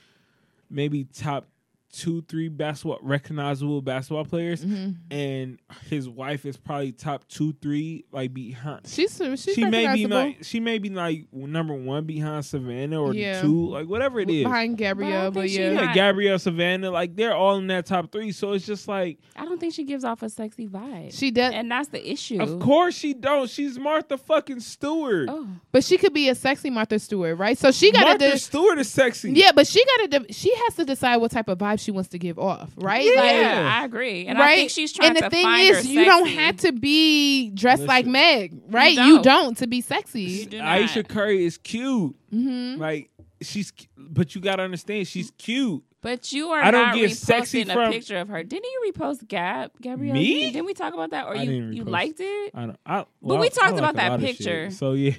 maybe top two, three basketball recognizable basketball players, Mm-hmm. and his wife is probably top two, three, like behind. She's she's she may be recognizable. like she may be like number one behind Savannah or Yeah. two, like whatever it is. behind Gabrielle, But I don't but think she yeah. like- Yeah, Gabrielle Savannah, like they're all in that top three. So it's just like, I don't think she gives off a sexy vibe. She does, and that's the issue. of course she don't. She's Martha fucking Stewart. Oh. but she could be a sexy Martha Stewart, right? So she got Martha to, de- Stewart is sexy. yeah, but she got to, de- she has to decide what type of vibe she wants to give off, right? Yeah. Like, I agree. And right? I think she's trying and the to thing find is, her you don't sexy. have to be dressed Listen. like Meg, right? You don't, don't. to be You sexy. do not. Aisha Curry is cute. Mm-hmm. hmm Like she's, cu- but you gotta understand she's cute. But you are I don't not get reposting sexy a from- picture of her. Didn't you repost Gab Gabrielle? Me? Union? Didn't we talk about that? Or I you didn't you repost. liked it? I don't. I, But well, we I- talked I like about a that lot of picture. shit. So yeah,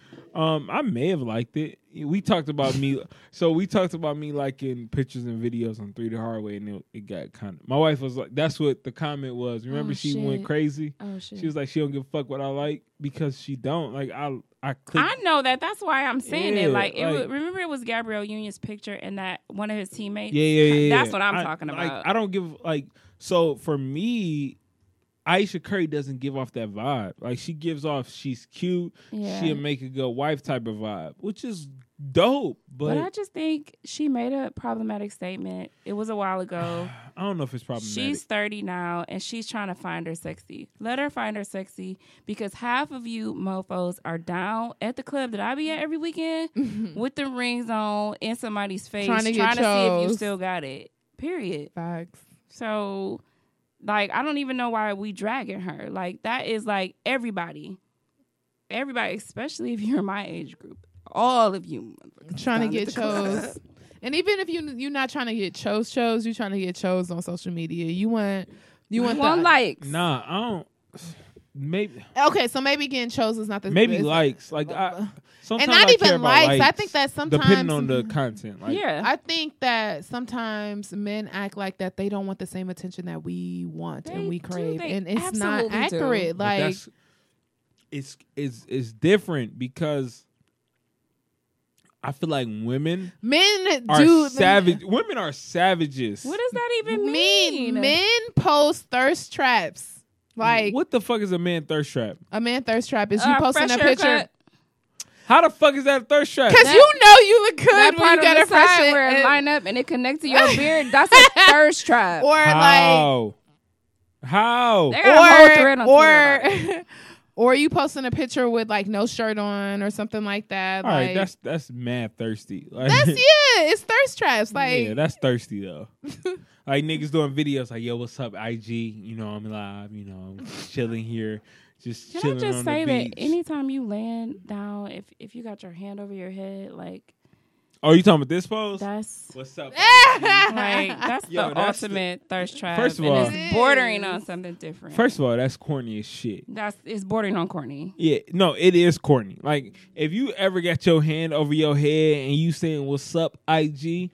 um, I may have liked it. We talked about me. So we talked about me liking pictures and videos on Three the Hard Way, and it, it got kind of. My wife was like, "That's what the comment was." Remember, Oh, she went shit. crazy. Oh shit. She was like, "She don't give a fuck what I like because she don't like." I I clicked. I know that. That's why I'm saying Yeah, it. Like, it like- was, remember it was Gabrielle Union's picture and that one of his teammates. yeah, yeah, yeah, yeah. That's what I'm I- talking like, about. I don't give like. So for me. Aisha Curry doesn't give off that vibe. Like she gives off, she's cute. Yeah. She'll make a good wife type of vibe, which is dope. but But, I just think she made a problematic statement. It was a while ago. I don't know if it's problematic. She's 30 now and she's trying to find her sexy. Let her find her sexy because half of you mofos are down at the club that I be at every weekend with the rings on in somebody's face Mm. Trying trying to, to get see if chose. you still got it. Period. Facts. So like I don't even know why we dragging her. Like that is like everybody. Everybody, especially if you're my age group. All of you motherfuckers down Trying to at get the club. chose. And even if you you're not trying to get chose chose, you're trying to get chose on social media. You want you want One the, likes. Nah, I don't. Maybe Okay, so maybe getting chose is not the maybe it's- likes like I. Sometimes and not I care even about likes. likes. I think that sometimes depending on the content. Like, yeah. I think that sometimes men act like that they don't want the same attention that we want and They we do. crave, They and it's not absolutely do. accurate. but Like that's, it's it's it's different because I feel like women men are do savage. Women are savages. What does that even mean? Men men post thirst traps. Like what the fuck is a man thirst trap? a man thirst trap is Uh, you posting a fresh picture haircut. How the fuck is that a thirst trap? because you know you look that good when part you got on a the side fresh hair- where it and- line up and it connect to your beard. That's a thirst trap. or like How? How? They got a whole thread or on Twitter about it. or or you posting a picture with like no shirt on or something like that. All like, right, that's that's mad thirsty. Like, that's yeah, it's thirst traps. Like yeah, that's thirsty though. like niggas doing videos like, yo, what's up, IG? You know, I'm live. You know, I'm chilling here, just Can I chilling just on say the that beach. anytime you land down, if if you got your hand over your head, like oh, you talking about this pose? that's what's up? like that's Yo, the that's the- ultimate thirst trap. First of all- and it's bordering on something different. First of all, that's corny as shit. that's it's bordering on corny. Yeah, no, it is corny. Like if you ever got your hand over your head and you saying "What's up, IG,"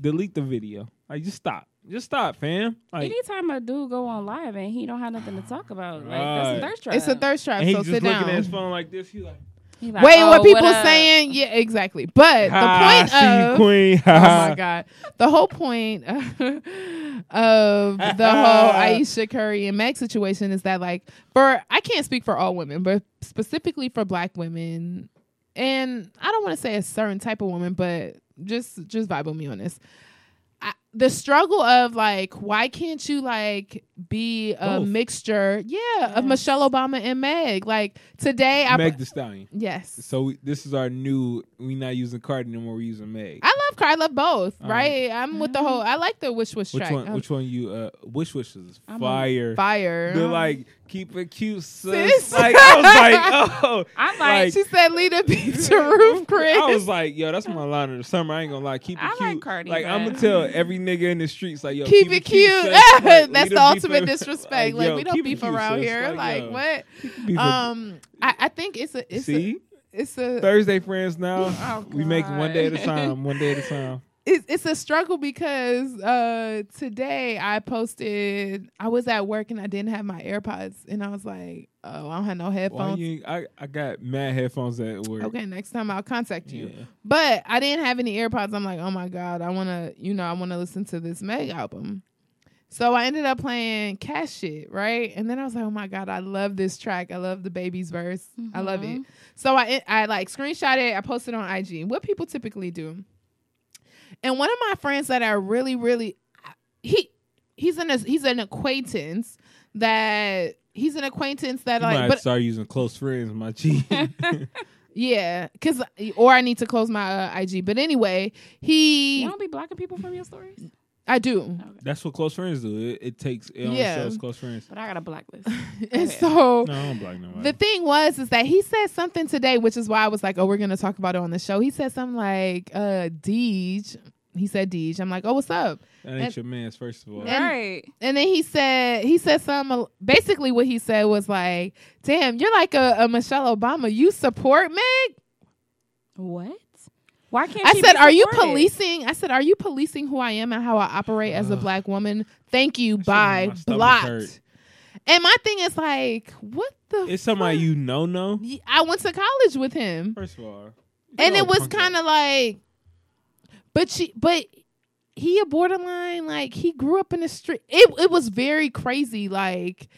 delete the video. Like just stop, just stop, fam. Like Anytime a dude go on live and he don't have nothing to talk about, like that's a Right. thirst trap. it's a thirst trap. and he so just sit looking down. at his phone like this. He like, He's like, Wait, what "Oh, people up?" saying? Yeah, exactly. But Ha, the point see you, of queen. oh Uh-huh. my god, the whole point of the whole Aisha Curry and Meg situation is that like for I can't speak for all women, but specifically for Black women, and I don't want to say a certain type of woman, but just just vibe with me on this. I- the struggle of like why can't you like be a Both. mixture yeah of michelle obama and meg like today i Meg the Stallion. yes So we, this is our new. We're not using Cardi anymore. We're using Meg. I love car. I love both. All Mm-hmm. right. I'm with the whole. I like the wish wish which track. one? Um, Which one you? Uh, which wishes is I'm a fire. fire. They're like keep it cute, sis. Sis. Like I was like, oh, I'm like, she said, "Lead a beat to roof, Chris." I was like, yo, that's my line of the summer. I ain't gonna lie, keep it I like cute. Cardi, but- I'm gonna tell every nigga in the streets, like, yo, keep, it cute. sis. Like, That's we don't the beef ultimate with- disrespect. Like, yo, we don't keep it beef cute, around sis. here. Like, yo, what? beef Um, I, I think it's a it's See, a it's a Thursday friends now. Oh, we make it one day at a God. time. One day at a time. it's, it's a struggle because uh today I posted I was at work and I didn't have my AirPods and I was like, oh, I don't have no Why headphones. you, I I got mad headphones at work. Okay, next time I'll contact you. Yeah. But I didn't have any AirPods. I'm like, oh my God, I wanna, you know, I wanna listen to this Meg album. So I ended up playing Cash Shit, right? And then I was like, oh my God, I love this track. I love the baby's verse. I love it. So I I like screenshot it, I posted it on IG. What people typically do. And one of my friends that I really, really he he's an he's an acquaintance that he's an acquaintance that You might like have but to start using close friends, my G. yeah, cause or I need to close my uh, IG. But anyway, he You don't be blocking people from your stories, I do, That's what close friends do. It, it takes it only Yeah. shows close friends. but I got a blacklist. and so No, I don't block nobody. the thing was is that he said something today, which is why I was like, oh, we're gonna talk about it on the show. He said something like, uh, Deej. He said Deej. I'm like, oh, what's up? that ain't and- your man's first of all. And- right. And then he said he said something. Basically, what he said was like, damn, you're like a, a Michelle Obama. You support Meg. What? Why can't I she said, be "Are you supported? policing?" I said, "Are you policing who I am and how I operate as a black woman?" Thank you. shit made Bye. my stomach hurt. Blocked. And my thing is like, what the? It's somebody you know know. f- I went to college with him, First of all, and it was kind of like, but she, but he a borderline like he grew up in the street. It it was very crazy like.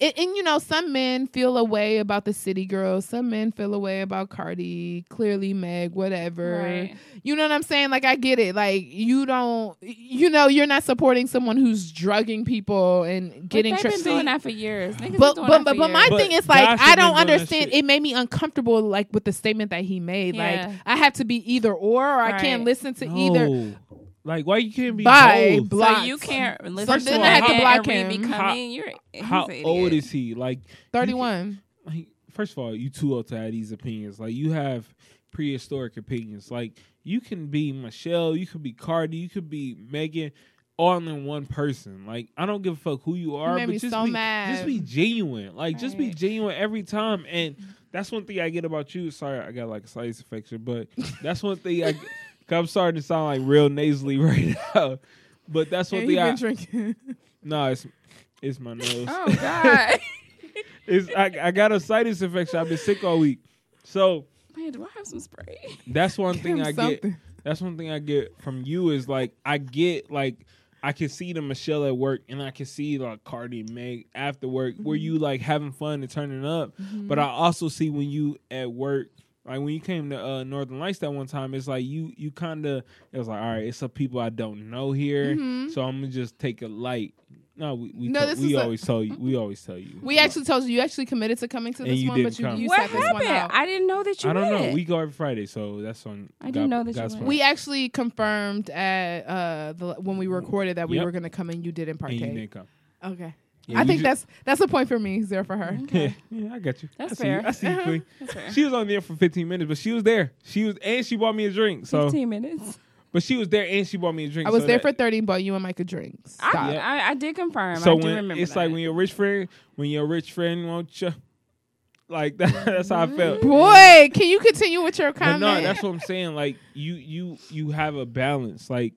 And, and you know, some men feel a way about the city girls. Some men feel a way about Cardi, clearly Meg, whatever. Right. You know what I'm saying? Like I get it. Like you don't you know, you're not supporting someone who's drugging people and getting but they've tripped. been doing that for years. Niggas been doing But but that but, for but my years. But thing is like Josh I don't has been doing that understand. shit. It made me uncomfortable like with the statement that he made. Yeah. Like I have to be either or, or I can't Right. listen to no. either. Like why you can't be Bye. both? Blocked. So you can't listen First to of him all, I had to and block re- him. becoming. You're he's How an old idiot. is he? Like you can- Thirty one. like, First of all, you too old to have these opinions. Like you have prehistoric opinions. Like you can be Michelle, you could be Cardi, you could be Megan, all in one person. Like I don't give a fuck who you are, made but me just so be mad. just be genuine. Like just be Right. genuine every time. And that's one thing I get about you. Sorry, I got like a sinus infection, but that's one thing I. I'm starting to sound like real nasally right now, but that's one And thing he I. been drinking. No, it's it's my nose. Oh God! It's I, I got a sinus infection. I've been sick all week. So Man, do I have some spray? that's one thing him I get. something. That's one thing I get from you is like I get like I can see the Michelle at work and I can see like Cardi and Meg after work where Mm-hmm. you like having fun and turning up. But I also see when you at work like when you came to uh, Northern Lights that one time, it's like you you kind of it was like all right, it's some people I don't know here, so I'm gonna just take a light. No, we we, Mm-hmm. No, to- this we is a- always tell you. We always tell you. We actually told you you actually committed to coming to And this you one, but didn't you, come. you what sat this one happened? out. I didn't know that you. I don't know. went. We go every Friday, so that's on. I didn't know that you God's went. plan. We actually confirmed at uh the when we recorded that we Yep. were gonna come and you didn't And you partake. didn't come. okay. Yeah, I you think ju- that's that's a point for me, zero for her. Yeah, yeah, I got you. That's I see you. fair. I see you, Uh-huh. Queen. That's fair. She was on there for 15 minutes, but she was there. She was, and she bought me a drink. So, Fifteen minutes. but she was there and she bought me a drink. I was so there that- for thirty, but you and Mike a drink. Stop. I, I, I did confirm. So I do when remember it's that. like when your rich friend, when your rich friend won't you, like that, that's how I felt. Boy, can you continue with your But comment? no, that's what I'm saying. Like you, you, you have a balance. Like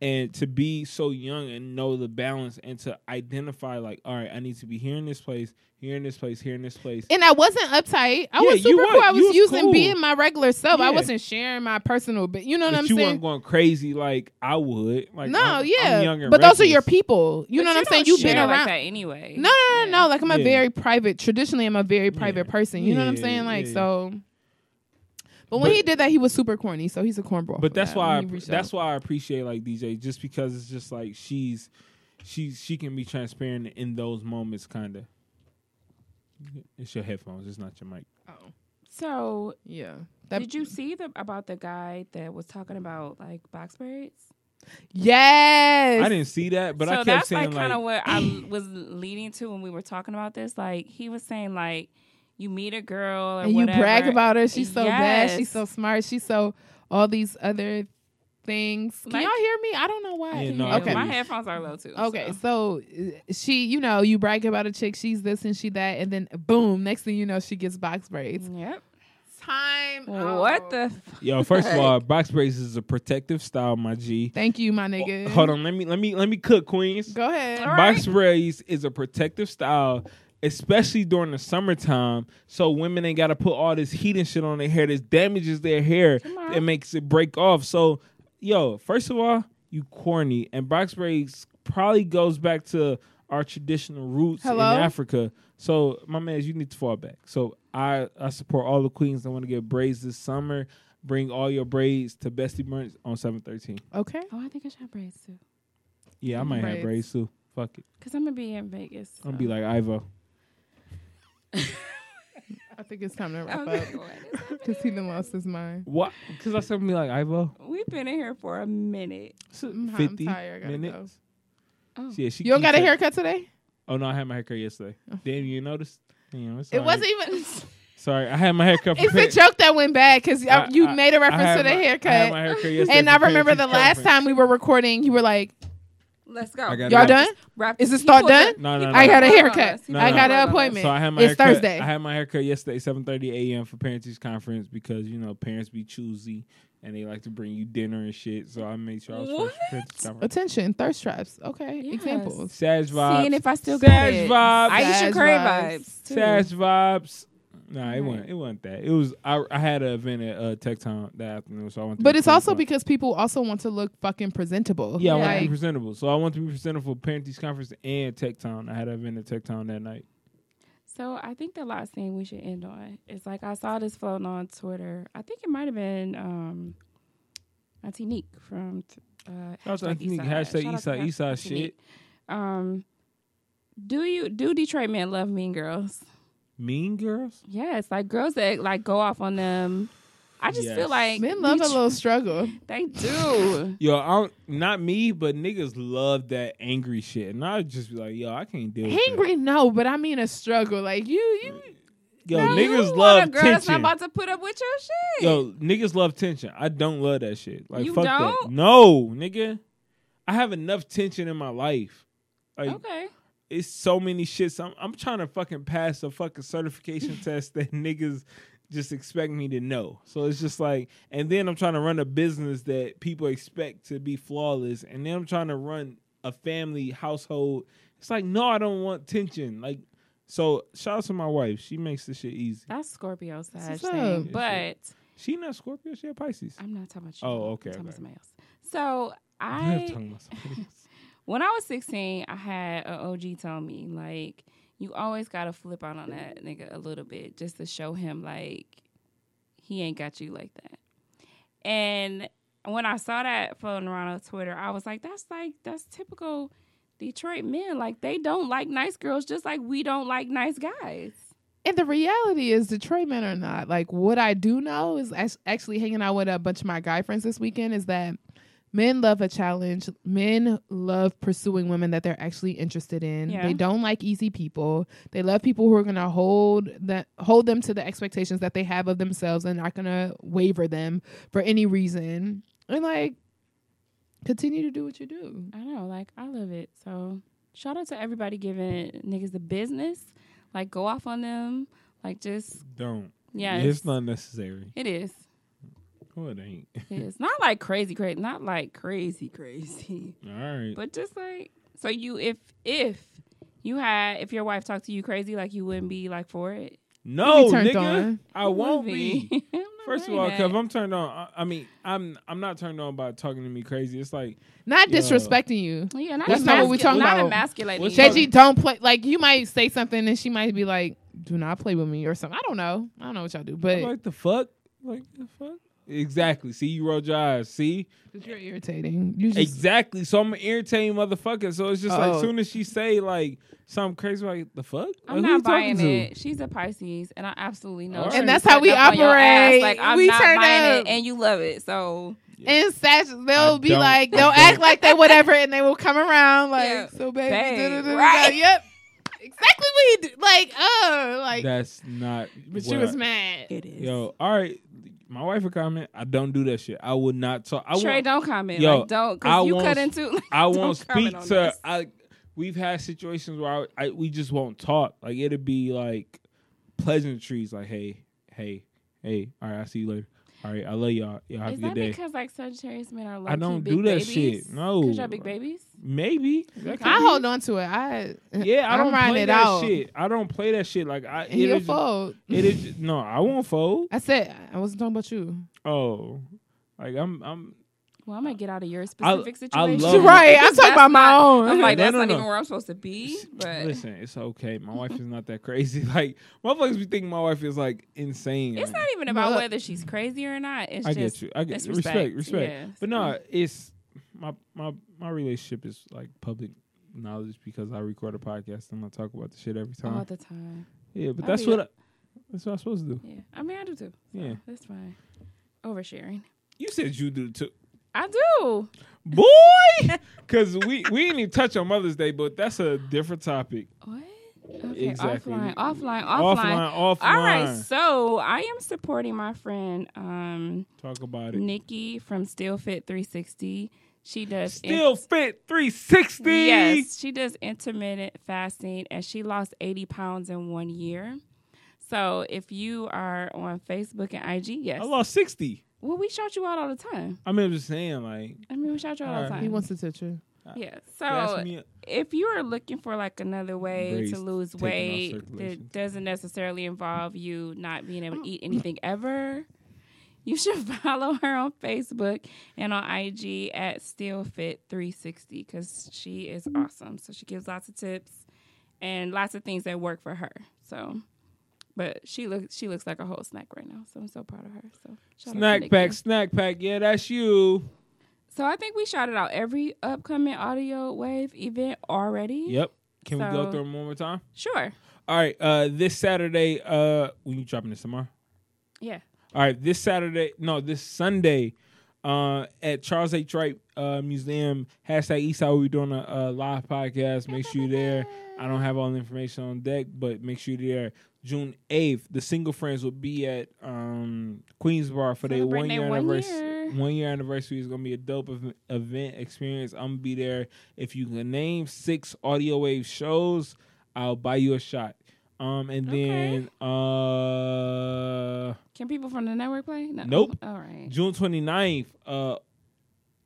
and to be so young and know the balance and to identify like all right i need to be here in this place here in this place here in this place And I wasn't uptight. I Yeah, was you super cool. wa- I you was was using cool. being my regular self. Yeah. I wasn't sharing my personal, but you know what but I'm you saying? weren't going crazy like i would like no, I'm- I'm yeah. young and but those are reckless. your people. You know what I'm saying? You've been around. like that anyway. no, no, no, no. Like I'm a Yeah. very private. Traditionally, I'm a very private Yeah. person. You know what I'm Yeah, saying? Like yeah. so. But when But- he did that, he was super corny. So he's a cornball. but that's why I, that's why I appreciate like DJ just because it's just like she's she she can be transparent in those moments kind of. It's your headphones, it's not your mic. Oh, So yeah. That, did you see the about the guy that was talking about like box braids? Yes. I didn't see that, but so I kept that's saying like like, kind of what I was leading to when we were talking about this. Like he was saying like you meet a girl or and whatever, you brag about her. She's so bad. Yes. She's so smart. She's so all these other things. Can Like- y'all hear me? I don't know why. Yeah, no, I okay. My headphones are low too. Okay, so. so uh, she, you know, you brag about a chick, she's this and she that, and then boom, next thing you know, she gets box braids. Yep. Time. What the? F- yo, first of all, box braids is a protective style, my G. Thank you, my nigga. Hold on, let me let me let me cook, Queens. Go ahead. All Box right. braids is a protective style, especially during the summertime. So women ain't got to put all this heat and shit on their hair. This damages their hair. on. It makes it break off. So, yo, first of all, you corny. And box braids probably goes back to our traditional roots Hello? in Africa. So, my man, you need to fall back. So, I I support all the queens that want to get braids this summer. Bring all your braids to Bestie Burns on seven thirteen. Okay. oh, I think I should have braids too. Yeah, I might have Braids. braids too. Fuck it. Cause I'm gonna be in Vegas. I'm gonna be like Ivo. I think it's time to I wrap was like, what up is happening? because he done lost his mind. What? Because I said me like Ivo. We've been in here for a minute. Mm-hmm. I'm, hot, I'm 50 tired. I gotta minutes. Oh. Yeah, she go. You don't keep got a her- haircut today? Oh no, I had my haircut yesterday. Damn, you noticed? Damn, it's It all wasn't right. even. Sorry, I had my haircut. It's prepared- a joke that went bad because I- you I- made a I reference had to the my- I haircut. had my haircut yesterday and I for parents' remember the last conference. time we were recording, you were like, Let's go. I got "Y'all it. done?" Wrap- Is this he thought pulled done? up- No, no, he no. pulled I got a up on haircut. us. He No, I pulled no. up on got an us. appointment. So I had my It's haircut, Thursday. I had my haircut yesterday, seven thirty a.m. for parents' teacher conference because you know parents be choosy and they like to bring you dinner and shit. So I made sure I was first for What? parents' conference. Attention, thirst traps. Okay, Yes. examples. Sag vibes. Seeing if I still got Sag it. vibes. Aisha Sag Curry vibes. vibes. too. Sag vibes. Nah, it Right. wasn't. It wasn't that. It was. I, I had an event at uh, Tech Town that afternoon, so I went. To But the it's Tech also Town. because people also want to look fucking presentable. Yeah, I want to be like, presentable. So I want to be presentable for Parent Teacher Conference and Tech Town. I had an event at Tech Town that night. So I think the last thing we should end on is like I saw this floating on Twitter. I think it might have been um, Auntie Neek from t- uh, Shout out hashtag to Auntie Neek, Eastside. hashtag Shout out to Eastside, Auntie Eastside shit. Neek. Um, do you do Detroit men love Mean Girls? Mean Girls. Yes, like girls that like go off on them. I just Yes. feel like men love a Detr- little struggle. They do. Yo, I don't, not me, but niggas love that angry shit, and I just be like, yo, I can't deal. with Angry, no, but I mean a struggle. Like you, you that. Yo, No, you niggas want a love girl that's not tension. about to put up with your shit. Yo, niggas love tension. I don't love that shit. Like You fuck that. don't? No, nigga, I have enough tension in my life. Like okay. it's so many shits. I'm, I'm trying to fucking pass a fucking certification test that niggas just expect me to know. So it's just like, and then I'm trying to run a business that people expect to be flawless, and then I'm trying to run a family household. It's like, no, I don't want tension. Like, so shout out to my wife. She makes this shit easy. That's Scorpio side what's thing, up. but She not Scorpio. She a Pisces. I'm not talking about you. Oh, okay, I'm talking okay. about somebody else. So I'm I, talking about somebody else. when I was 16, I had an OG tell me like, you always gotta flip out on that nigga a little bit just to show him like he ain't got you like that. And when I saw that floating around on Twitter, I was like, that's like that's typical Detroit men. Like they don't like nice girls, just like we don't like nice guys. And the reality is, Detroit men are not. Like, what I do know is act- actually hanging out with a bunch of my guy friends this weekend is that men love a challenge. Men love pursuing women that they're actually interested in. Yeah. They don't like easy people. They love people who are gonna hold that hold them to the expectations that they have of themselves and not gonna waver them for any reason. And like, continue to do what you do. I know, like I love it. So shout out to everybody giving niggas the business. Like go off on them. Like just Don't. yeah. It's not necessary. It is. No, it ain't. It's not like crazy, crazy, not like crazy, crazy, All right. but just like so. You if if you had if your wife talked to you crazy, like you wouldn't be like for it. no, be turned nigga, on. I won't be. I'm not First of doing all, that. Kev, I'm turned on. I, I mean, I'm I'm not turned on by talking to me crazy. It's like Not Yo. disrespecting you. yeah, not That's not what we're emascul- talking not about. emasculating. What's you. That you don't play. Like you might say something and she might be like, "Do not play with me" or something. I don't know. I don't know what y'all do, I'm but like the fuck, like the fuck. Exactly. See, you rolled your eyes. See, you're irritating. You just exactly. So I'm an irritating motherfucker. So it's just Oh. like, soon as she say like something crazy, like the fuck. Like, I'm who you not talking buying to? it. She's a Pisces, and I absolutely know. All she's right. And that's how we setting up on your ass. operate. Like I'm We not turn buying up. it, and you love it. So and Sag, they'll I be don't. like, I they'll don't. act like they whatever, and they will come around like, Yeah. "So baby, Babe, da-da-da-da-da." right? yep, exactly what he do. Like, oh, like, That's not. but she what was I- mad. it is. Yo, all right. My wife would comment. I don't do that shit. I would not talk. I Trey, won't, don't comment. Yo, like, don't I because you won't- cut into. I don't won't comment speak on to. this. I. We've had situations where I, I we just won't talk. Like it'd be like pleasantries. Like hey, hey, hey. All right, I see you later. All right, I love y'all. Y'all have Is a that good day. because like Sagittarius men are low don't big do that babies? shit. No. because y'all big babies. Maybe. I That could hold on to it. I be- yeah, I I'm don't riding play it that out. shit. I don't play that shit. Like I. and he'll is- fold. It is ju- no. I won't fold. I said I wasn't talking about you. Oh, like I'm. I'm. Well, I'm gonna get out of your specific I situation. love- Right, Oh. I'm talking That's about my not- own. I'm like, No, that's no, not no. even where I'm supposed to be. But Listen, it's okay. My wife is not that crazy. Like motherfuckers be thinking my wife is like insane. it's not even about No. whether she's crazy or not. It's I just get you. I get it's you. respect, respect. respect. Yeah, But no, it's my my my relationship is like public knowledge because I record a podcast and I talk about the shit every time. all the time. yeah, but I uh, that's do what I, that's what I'm supposed to do. Yeah, I mean, I do too. So Yeah. that's fine. Oversharing. You said you do too. I do. Boy, because we we didn't even touch on Mother's Day, but that's a different topic. What? Okay, Exactly. offline, offline, offline, Offline, offline. All right, so I am supporting my friend um, Talk about it. Nikki from Still Fit 360. She does Still fit 360. Yes, she does intermittent fasting and she lost 80 pounds in one year. So if you are on Facebook and IG, yes. I lost 60. Well, we shout you out all the time. I mean, I'm just saying, like, I mean, we shout you out all the All right. time. He wants to touch you. yeah. you So asked me, if you are looking for like another way Raised, to lose taking out weight circulation. that doesn't necessarily involve you not being able to eat anything ever, you should follow her on Facebook and on IG at StillFit360 because she is awesome. So she gives lots of tips and lots of things that work for her. So. But she looks she looks like a whole snack right now, so I'm so proud of her. So shout out to snack Nikki. pack, snack pack. Yeah, that's you. So I think we shouted out every upcoming audio wave event already. Yep. Can we go So- through them one more time? Sure. All right. Uh, this Saturday, uh, when you dropping this tomorrow? Yeah. All right, this Saturday, no, this Sunday, uh, at Charles H. Wright uh, Museum, hashtag Eastside, we're doing a, a live podcast. Make sure you're there. I don't have all the information on deck, but make sure you're there. June 8th, the Single Friends will be at um, Queens Bar for their one Celebrating year their one anniversary. year. One year anniversary is going to be a dope ev- event experience. I'm going to be there. If you can name six audio wave shows, I'll buy you a shot. Um, and Okay. then, uh, Can people from the network play? No. Nope. All right. June 29th, uh,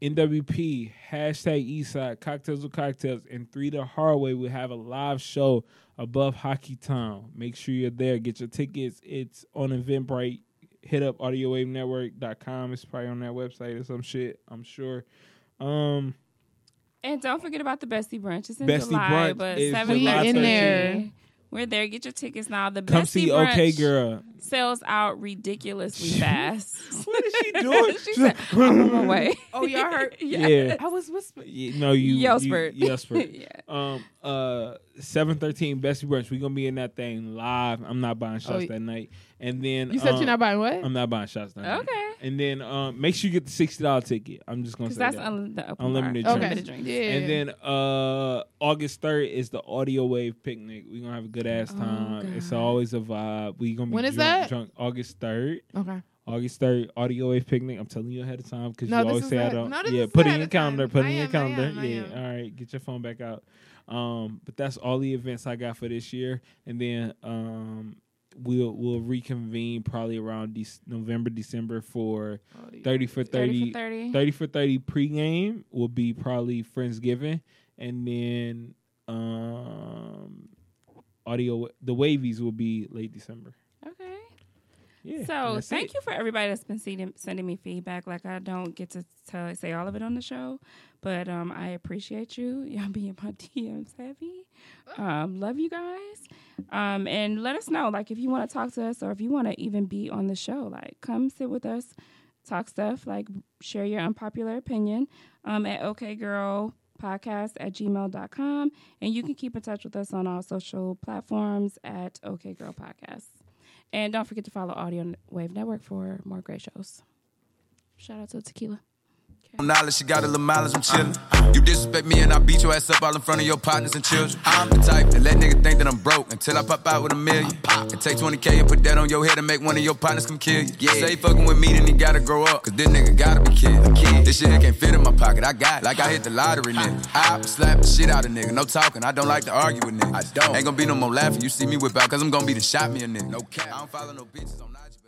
NWP, hashtag Eastside, Cocktails with Cocktails, and Three the Hard Way will have a live show above Hockey Town. Make sure you're there. Get your tickets. It's on Eventbrite. Hit up audiowavenetwork.com. It's probably on that website or some shit, I'm sure. Um, And don't forget about the Bestie Brunch. It's in Bestie July, Brunch but is seven July in 13th. there. We're there. Get your tickets now. The come Bestie see Brunch OK Girl. sells out ridiculously fast. What is she doing? she said, "I'm away." Oh, y'all heard? yeah. Yeah. I was whispering. Yeah, No, you. you- Yellspurt. Yellspurt. yeah. Um, uh, seven thirteen, Bestie Brunch. We gonna be in that thing live. I'm not buying shots Oh, y- that night. And then You said um, you're not buying what? I'm not buying shots that night. Okay. And then um, make sure you get the sixty dollar ticket. I'm just gonna Because that's say that. un- the open Unlimited bar. drinks. okay. drinks. Yeah. and then uh, August third is the Audio Wave picnic. We are gonna have a good ass Oh, time. it's God. always a vibe. We gonna be When is drunk, that? drunk August third. okay. August third, audio wave picnic. I'm telling you ahead of time because No, you this always is say I ahead- don't. no, this yeah, is put it in ahead your of time. calendar. Put it I in your am, I calendar. am, I yeah. am. All right, get your phone back out. Um, but that's all the events I got for this year, and then um, we'll we'll reconvene probably around Dec November December for Oh, yeah. 30 for 30 30 for 30. 30 for 30 pregame will be probably Friendsgiving and then um audio the wavies will be late December. Okay. Yeah. so thank you for everybody that's been sending, sending me feedback. Like I don't get to tell say all of it on the show, but um, I appreciate you. Y'all being my DMs heavy. Um, love you guys. Um, and let us know like if you want to talk to us or if you want to even be on the show. Like come sit with us, talk stuff. Like share your unpopular opinion um, at OK Girl podcast at gmail.com and you can keep in touch with us on all social platforms at OK Girl Podcast. And don't forget to follow Audio Wave Network for more great shows. Shout out to Tequila. Knowledge, she got a little mileage, I'm chillin'. You disrespect me and I beat your ass up all in front of your partners and children. I'm the type that let nigga think that I'm broke until I pop out with a million. And take 20K and put that on your head and make one of your partners come kill you. Yeah. Say fucking with me, then he gotta grow up, cause this nigga gotta be killed. This shit can't fit in my pocket, I got it. Like I hit the lottery, nigga. I slap the shit out of nigga, no talking, I don't like to argue with nigga. I don't. Ain't gonna be no more laughing, you see me whip out, cause I'm gonna be the shot me a nigga. No cap. I don't follow no bitches, I'm not.